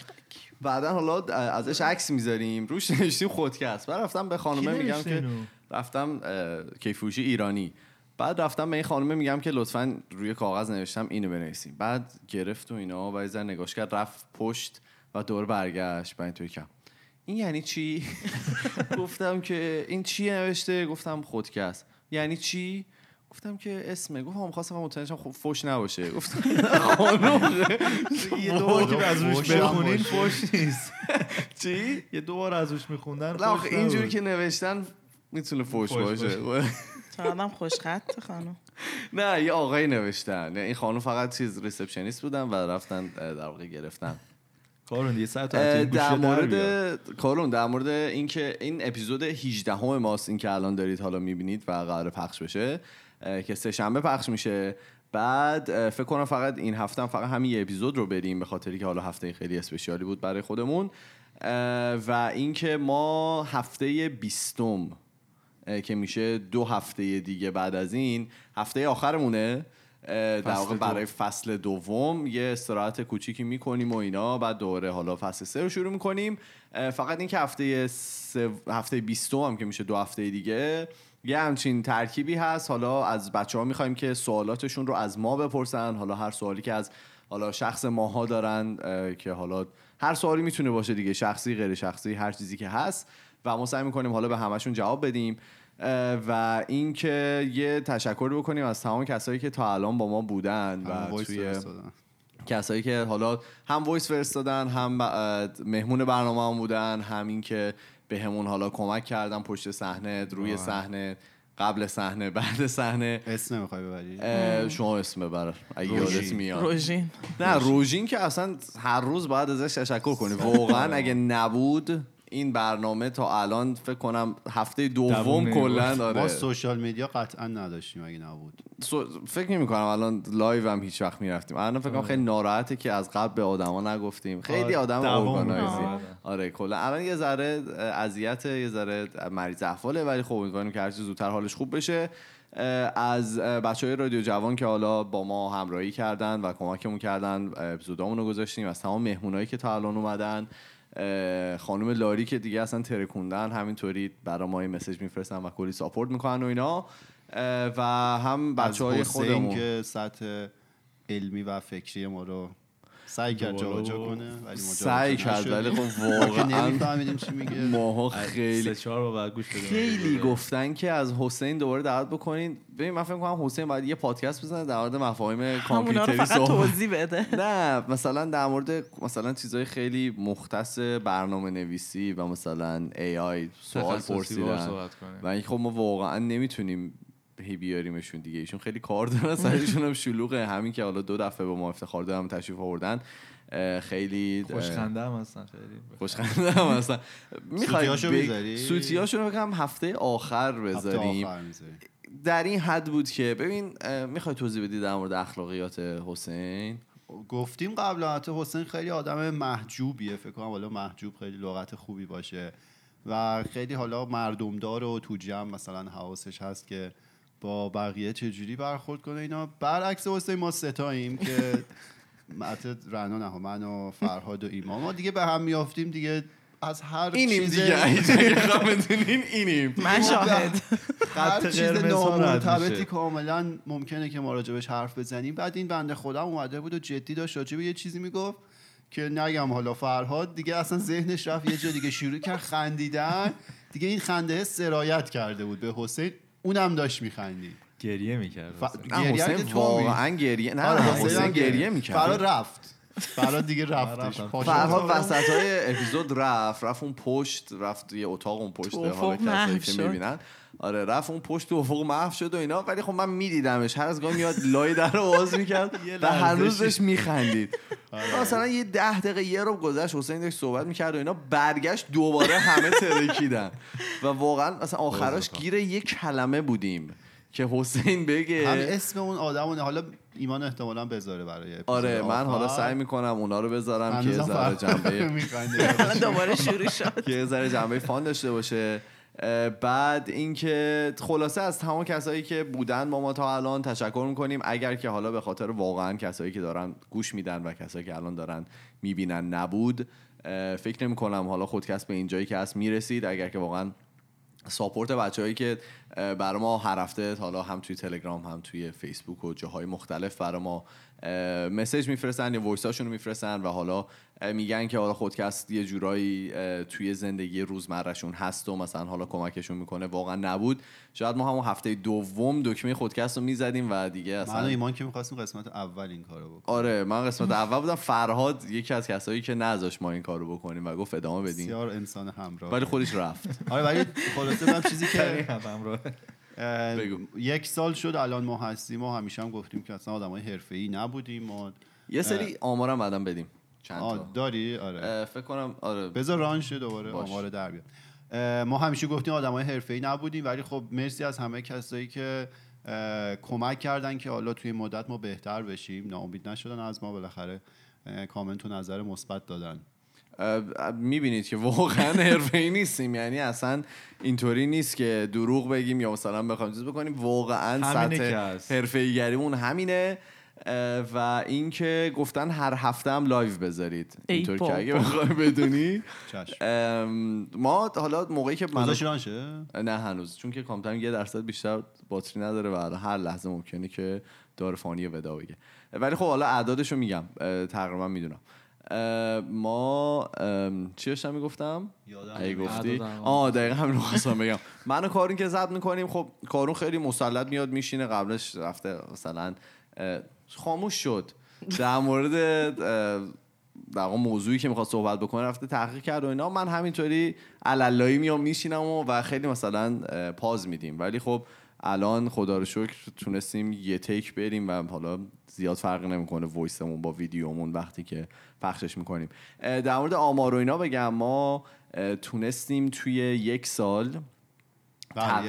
Speaker 1: بعدا حالا اه، ازش عکس میذاریم روش نوشتیم خودکست بعد رفتم به خانمه میگم که رفتم اه، کیفوشی ایرانی بعد رفتم به این خانمه میگم که لطفا روی کاغذ نوشتم اینو بنویسیم بعد گرفت و اینا و یه ذره نگاش کرد رفت پشت و دور برگشت بعد توی کم این یعنی چی (laughs) گفتم که این چی نوشته گفتم خودکست یعنی چی گفتم که اسمه گفتم می‌خواستم متوجه خب فوش نباشه گفتم خانم
Speaker 3: یه دوبار که از روش
Speaker 2: فوشم
Speaker 3: بخونین
Speaker 2: باشه.
Speaker 3: فوش نیست
Speaker 1: چی
Speaker 3: یه دوبار از روش میخوندن
Speaker 1: نه آخه اینجوری که نوشتن میتونه فوش
Speaker 3: فحش
Speaker 1: باشه (laughs)
Speaker 4: تو آدم خوشخط خانم
Speaker 1: نه یه آقایی نوشتن این خانم فقط چیز ریسپشنیست بودن و رفتن اه، در واقع گرفتن
Speaker 3: کارون دیگه سر
Speaker 1: اه،
Speaker 3: تا
Speaker 1: در مورد کارون در مورد اینکه این اپیزود 18 همه ماست این که الان دارید حالا میبینید و قرار پخش بشه اه، که سه شنبه پخش میشه بعد اه، فکر کنم فقط این هفته هم فقط همین یه اپیزود رو بریم به خاطری که حالا هفته خیلی اسپشیالی بود برای خودمون اه، و اینکه ما هفته بیستم اه، که میشه دو هفته دیگه بعد از این هفته آخرمونه اه، در
Speaker 3: فصل
Speaker 1: واقع
Speaker 3: دو.
Speaker 1: برای فصل دوم یه استراحت کوچیکی میکنیم و اینا بعد دوره حالا فصل سه رو شروع میکنیم فقط این که هفته سه هفته بیستم هم که میشه دو هفته دیگه یه همچین ترکیبی هست حالا از بچه ها میخوایم که سوالاتشون رو از ما بپرسن حالا هر سوالی که از حالا شخص ماها دارن اه، که حالا هر سوالی میتونه باشه دیگه شخصی غیر شخصی هر چیزی که هست و ما سعی میکنیم حالا به همشون جواب بدیم اه، و اینکه یه تشکر بکنیم از تمام کسایی که تا الان با ما بودن
Speaker 2: همون
Speaker 1: و
Speaker 2: آره، وایس
Speaker 1: توی
Speaker 2: فرستادن.
Speaker 1: کسایی که حالا هم وایس فرستادن هم ب- اه، مهمون برنامه هم بودن هم این که به همون حالا کمک کردن پشت صحنه روی صحنه قبل صحنه بعد صحنه
Speaker 2: اسم نمیخوای ببری
Speaker 1: اه، شما اسم ببر اگه
Speaker 2: روژین.
Speaker 1: یادت میاد
Speaker 4: روژین
Speaker 1: نه روژین که اصلا هر روز باید ازش تشکر کنی واقعا اگه نبود این برنامه تا الان فکر کنم هفته
Speaker 3: دووم
Speaker 1: دوم کلا
Speaker 2: ما
Speaker 1: آره
Speaker 2: سوشال مدیا قطعا نداشتیم اگه نبود
Speaker 1: سو- فکر نمی کنم الان لایو هم هیچ وقت میرفتیم الان فکر کنم خیلی ناراحته که از قبل به آدما نگفتیم خیلی
Speaker 3: آره،
Speaker 1: آدم
Speaker 3: دوام
Speaker 1: اورگانایزی
Speaker 3: می‌کنه.
Speaker 1: آره کلا الان یه ذره اذیت یه ذره مریض احواله ولی خب امیدواریم که هرچی زودتر حالش خوب بشه اه، از بچه های رادیو جوان که حالا با ما همراهی کردن و کمکمون کردن اپیزودامون رو گذاشتیم از تمام مهمونایی که تا الان اومدن اه، خانم لاری که دیگه اصلا ترکوندن همینطوری برای ما یه مسیج میفرستن و کلی ساپورت میکنن و اینا اه، و هم بچه های
Speaker 2: از حسین
Speaker 1: خودمون
Speaker 2: که سطح علمی و فکری ما رو سعی کرد
Speaker 3: دوباره
Speaker 2: جابجا
Speaker 3: و-
Speaker 2: کنه ولی ما
Speaker 1: سعی
Speaker 2: جابجا
Speaker 1: کرد ولی
Speaker 2: نشدیم.
Speaker 1: خب
Speaker 2: ما که
Speaker 1: واقعا
Speaker 2: نمی‌فهمیدیم چی میگه
Speaker 1: ماها
Speaker 3: سه
Speaker 1: خیلی
Speaker 3: چهار رو بعد گوش بدیم آره.
Speaker 1: خیلی گفتن که از حسین دوباره دعوت بکنین ببین من فکر کنم حسین باید یه پادکست بزنه در مورد مفاهیم
Speaker 4: همونا رو
Speaker 1: کامپیوتری
Speaker 4: فقط
Speaker 1: صحبت
Speaker 4: توضیح بده
Speaker 1: نه مثلا در مورد مثلا چیزهای خیلی مختص برنامه نویسی و مثلا AI سوال
Speaker 3: تخصصی باهاش
Speaker 1: پرسیدن
Speaker 3: صحبت کنیم
Speaker 1: و این خب ما واقعا نمیتونیم هی بیاریمشون دیگه ایشون خیلی کار دارن سرشون هم شلوغه همین که حالا دو دفعه به ما افتخار دارم تشریف آوردن اه، خیلی اه، خب.
Speaker 3: خوشخنده هم هستن خیلی
Speaker 1: خوشخنده هم اصلا میخوای
Speaker 2: سوتی‌هاشو
Speaker 1: بگ...
Speaker 2: می‌ذاری؟
Speaker 1: سوتیاشو رو بکنم هفته آخر
Speaker 2: هفته
Speaker 1: بذاریم
Speaker 2: آخر می‌ذاریم.
Speaker 1: در این حد بود که ببین میخوای توضیح بدی در مورد اخلاقیات حسین
Speaker 2: گفتیم قبلا حتی حسین خیلی آدم محجوبیه فکر کنم حالا محجوب خیلی لغت خوبی باشه و خیلی حالا مردمدار و تو جمع مثلا حواسش هست که با بقیه چجوری برخورد کنه اینا برعکس حسین ما
Speaker 1: (laughs)
Speaker 2: ستاییم که حتی رنا نه من و فرهاد و ایمان ما دیگه به هم میافتیم دیگه از هر
Speaker 1: اینیم
Speaker 2: چیز (laughs)
Speaker 1: دیگه اگه خواهم بدونین اینیم
Speaker 4: (laughs) من شاهد
Speaker 2: هر
Speaker 3: خط
Speaker 2: چیز
Speaker 3: قرمز ها رد
Speaker 2: نامرتبطی
Speaker 3: میشه.
Speaker 2: کاملا ممکنه که ما راجبش حرف بزنیم بعد این بنده خودم اومده بود و جدی داشت راجب یه چیزی میگفت که نگم حالا فرهاد دیگه اصلا ذهنش رفت یه جا دیگه شروع کرد خندیدن دیگه این خنده سرایت کرده بود به حسین اونم داشت میخندید
Speaker 3: گریه میکرد
Speaker 2: ف...
Speaker 1: نه
Speaker 2: گریه
Speaker 1: حسین
Speaker 2: که تو می‌ریخت.
Speaker 1: واقعا گریه نه
Speaker 2: آره،
Speaker 1: نه،
Speaker 2: حسین
Speaker 1: حسین
Speaker 2: هم
Speaker 1: گریه
Speaker 2: فرا
Speaker 1: میکرد
Speaker 2: رفت فرا دیگه رفتش
Speaker 3: رفتم.
Speaker 2: پاشو
Speaker 1: فرها
Speaker 2: رفت.
Speaker 1: وسط های اپیزود رفت رفت اون پشت رفت یه اتاق اون پشت
Speaker 4: تو افق
Speaker 1: حالا کسایی
Speaker 4: محو
Speaker 1: که
Speaker 4: شد.
Speaker 1: میبینن آره رفت اون پشت تو افق محو شد و اینا ولی خب من میدیدمش هر از گاهی میاد لای در رو باز میکرد
Speaker 2: (laughs)
Speaker 1: و
Speaker 2: لرزشی.
Speaker 1: هنوز داشت
Speaker 2: (laughs)
Speaker 1: میخندید
Speaker 2: آره.
Speaker 1: مثلا یه ده دقیقه یه رو گذشت حسین داشت صحبت میکرد و اینا برگشت دوباره همه ترکیدن و واقعا مثلا آخراش گیر یه کلمه بودیم که حسین
Speaker 2: هم
Speaker 1: بگه
Speaker 2: اسم اون آدمونه حالا ایمان احتمالا بذاره برای اپیزود
Speaker 1: آره من حالا
Speaker 2: آخر.
Speaker 1: سعی میکنم اونا رو بذارم که یه
Speaker 2: هنوزم
Speaker 1: ذره
Speaker 2: فرهاد
Speaker 1: جنبه
Speaker 2: (laughs) می‌خنده.
Speaker 4: الان دوباره شروع شد
Speaker 1: (laughs) که یه ذره جنبه فان داشته باشه اه، بعد اینکه خلاصه از تمام کسایی که بودن با ما تا الان تشکر میکنیم اگر که حالا به خاطر واقعا کسایی که دارن گوش میدن و کسایی که الان دارن میبینن نبود اه، فکر نمی کنم حالا خودکست به اینجایی که هست میرسید اگر که واقعا ساپورت بچههایی که اه، برای ما هر هفته حالا هم توی تلگرام هم توی فیسبوک و جاهای مختلف برای ما اه، مسیج میفرستن یا وایس رو میفرستن و حالا اه، میگن که حالا خودکست یه جورایی اه، توی زندگی روزمرهشون هست و مثلا حالا کمکشون میکنه واقعا نبود شاید ما همون هفته دوم دکمه خودکست رو میزدیم و دیگه
Speaker 2: من و
Speaker 1: اصلا
Speaker 2: ایمان که میخواستیم قسمت اول این کارو بکنیم
Speaker 1: آره من قسمت اول بودم فرهاد یکی از کسایی که نذاش ما این کارو بکنیم و گفت ادامه بدیم
Speaker 2: بسیار انسان همراه
Speaker 1: ولی خودش رفت
Speaker 2: آره ولی خلاصه من چیزی که
Speaker 3: هم همراه
Speaker 2: اه،
Speaker 1: بگو.
Speaker 2: یک سال شد الان ما هستیم ما همیشه هم گفتیم که اصلا آدمای حرفه‌ای نبودیم ما
Speaker 1: یه سری آمارم بعدم بدیم چند تا
Speaker 2: آه، داری آره
Speaker 1: اه، فکر کنم آره
Speaker 2: بذار ران شه دوباره
Speaker 1: باش.
Speaker 2: آمار در بیاد اه، ما همیشه گفتیم آدمای حرفه‌ای نبودیم ولی خب مرسی از همه کسایی که اه، کمک کردن که حالا توی این مدت ما بهتر بشیم ناامید نشدن از ما بالاخره اه، کامنت و نظر مثبت دادن
Speaker 1: میبینید که واقعا حرفه‌ای نیستیم یعنی اصلا اینطوری نیست که دروغ بگیم یا مثلا بخوایم چیز بکنیم واقعا
Speaker 3: همینه که
Speaker 1: سطح
Speaker 3: هست.
Speaker 1: حرفه‌ایگریمون همینه اه، و اینکه گفتن هر هفته هم لایو بذارید
Speaker 4: ای
Speaker 1: اینطور که
Speaker 4: بابا.
Speaker 1: اگه بخوای بدونی
Speaker 2: چشم
Speaker 1: ام، ما حالا موقعی که من
Speaker 2: گذاشتی ران شه
Speaker 1: نه هنوز چون که کامپیوترم یه درصد بیشتر باتری نداره و الان هر لحظه ممکنه که داره فانی ودا بگه ولی خب حالا اعدادش رو میگم اه، تقریبا میدونم اه، ما ام، چی داشتم میگفتم
Speaker 2: یادم
Speaker 1: اگه
Speaker 3: نمیاد.
Speaker 1: گفتی
Speaker 3: اعدادم.
Speaker 1: آه دقیقا همین رو خواستم بگم من و کارون که زد میکنیم خب کارون خیلی مسلط میاد میشینه قبلش رفته مثلا اه، خاموش شد در مورد اه، در واقع موضوعی که میخواد صحبت بکنه رفته تحقیق کرد و اینا من همینطوری علالایی میام میشینم و, و خیلی مثلا اه، پاز میدیم ولی خب الان خدا رو شکر تونستیم یه تیک بریم و حالا زیاد فرق نمیکنه وایسمون با ویدیومون وقتی که پخشش میکنیم در مورد آمار و اینا بگم ما اه، تونستیم توی یک سال
Speaker 2: بله،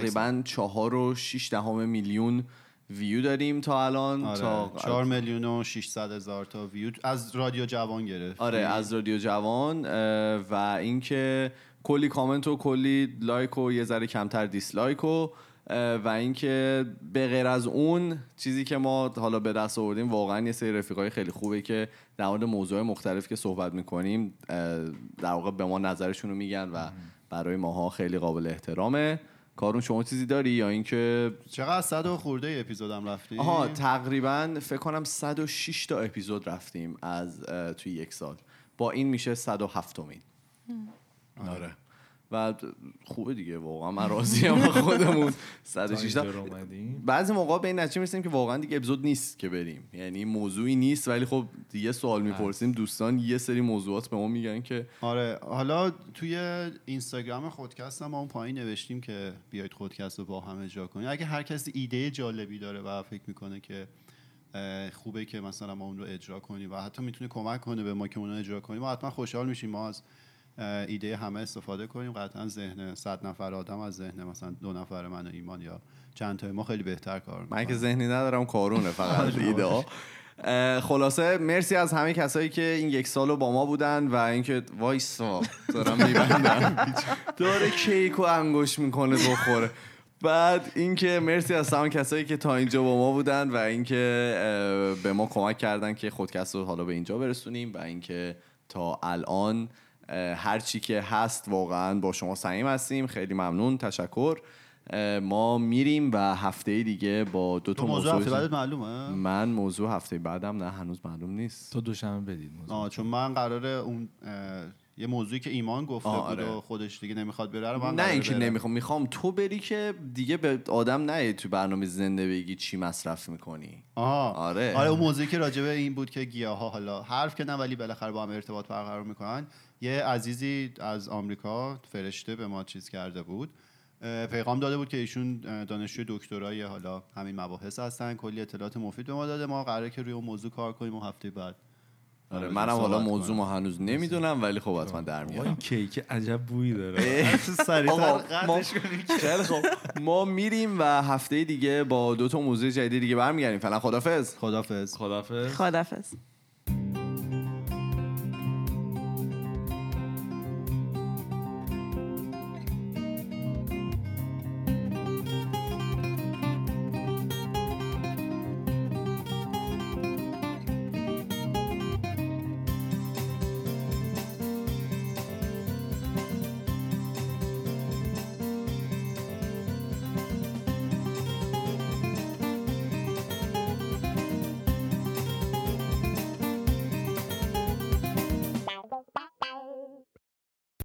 Speaker 2: یک
Speaker 1: تقریبا چهار و شیش دهم میلیون ویو داریم تا الان تا
Speaker 2: آره. 4 میلیون و 600 هزار تا ویو از رادیو جوان گرفت
Speaker 1: آره از رادیو جوان اه، و اینکه کلی کامنت و کلی لایک و یه ذره کمتر دیسلایک و اه، و اینکه به غیر از اون چیزی که ما حالا به دست آوردیم واقعا یه سری رفیقای خیلی خوبه که در مورد موضوع مختلف که صحبت میکنیم در واقع به ما نظرشون رو میگن و برای ماها خیلی قابل احترامه کارون شما چیزی داری یا اینکه
Speaker 2: چقدر صد و خورده اپیزودم رفتی
Speaker 1: آها تقریبا فکر کنم 106 تا اپیزود رفتیم از اه، توی یک سال با این میشه 107 امین آره و خوبه دیگه واقعا من راضیم با خودمون 106 تا
Speaker 3: اینجا رو اومدیم.
Speaker 1: بعضی موقع به این نتیجه میرسیم که واقعا دیگه اپیزود نیست که بریم یعنی موضوعی نیست ولی خب یه سوال میپرسیم دوستان یه سری موضوعات به ما میگن که
Speaker 2: آره حالا توی اینستاگرام خودکست هم ما اون پایین نوشتیم که بیاید خودکست رو با هم اجرا کنید اگه هر کسی ایده جالبی داره و فکر میکنه که اه، خوبه که مثلا ما اون رو اجرا کنیم و حتی میتونه کمک کنه به ما که اون رو اجرا کنیم ما حتما خوشحال میشیم ما از اه، ایده همه استفاده کنیم قطعا ذهن صد نفر آدم از ذهن مثلا دو نفر من و ایمان یا چند تا ما خیلی بهتر کار
Speaker 1: من که
Speaker 2: میکنه
Speaker 1: ذهنی ندارم کارونه فقط ایده ها. اه، خلاصه مرسی از همه کسایی که این یک سال رو با ما بودن و اینکه وایسا دارم میبندم داره کیک و انگوش میکنه بخوره بعد اینکه مرسی از همه کسایی که تا اینجا با ما بودن و اینکه اه، به ما کمک کردن که خودکست رو حالا به اینجا برسونیم و اینکه تا الان اه، هر چی که هست واقعا با شما صمیم هستیم خیلی ممنون تشکر اه، ما میریم و هفته دیگه با دو تا
Speaker 2: تو موضوع هفته
Speaker 1: موضوع
Speaker 2: بعدت معلومه
Speaker 1: من موضوع هفته بعدم نه هنوز معلوم نیست
Speaker 3: تا دوشنبه بدید موضوع.
Speaker 2: آه چون من قراره اون اه، یه موضوعی که ایمان گفته
Speaker 1: آه،
Speaker 2: بود
Speaker 1: آره.
Speaker 2: و خودش دیگه نمیخواد بره رو من
Speaker 1: نه
Speaker 2: قراره
Speaker 1: اینکه
Speaker 2: برم.
Speaker 1: نمیخوام میخوام تو بری که دیگه به آدم نه تو برنامه زنده بگی چی مصرف میکنی
Speaker 2: آها
Speaker 1: آره.
Speaker 2: آره اون موضوعی که راجبه این بود که گیاها حالا حرف که نه ولی بالاخره با هم ارتباط برقرار میکنن یه عزیزی از آمریکا فرشته به ما چیز کرده بود اه، پیغام داده بود که ایشون اه، دانشجوی دکترای حالا همین مباحث هستن کلی اطلاعات مفید به ما داده ما قراره که روی اون موضوع کار کنیم و هفته بعد
Speaker 1: آره
Speaker 2: راجع
Speaker 1: منم حالا
Speaker 2: صحبت
Speaker 1: موضوع
Speaker 2: کنیم.
Speaker 1: ما هنوز نمیدونم ولی خب حتما در
Speaker 3: آقا این
Speaker 1: میارم
Speaker 3: کیک عجب بویی داره
Speaker 1: آقا،
Speaker 2: (laughs) سریعتر
Speaker 1: ما-
Speaker 2: قطعش کنیم
Speaker 1: خیلی خب ما میریم و هفته دیگه با دو تا موضوع جدید دیگه برمیگردیم فعلا خدافظ
Speaker 2: خدافظ
Speaker 3: خدافظ
Speaker 4: خدافز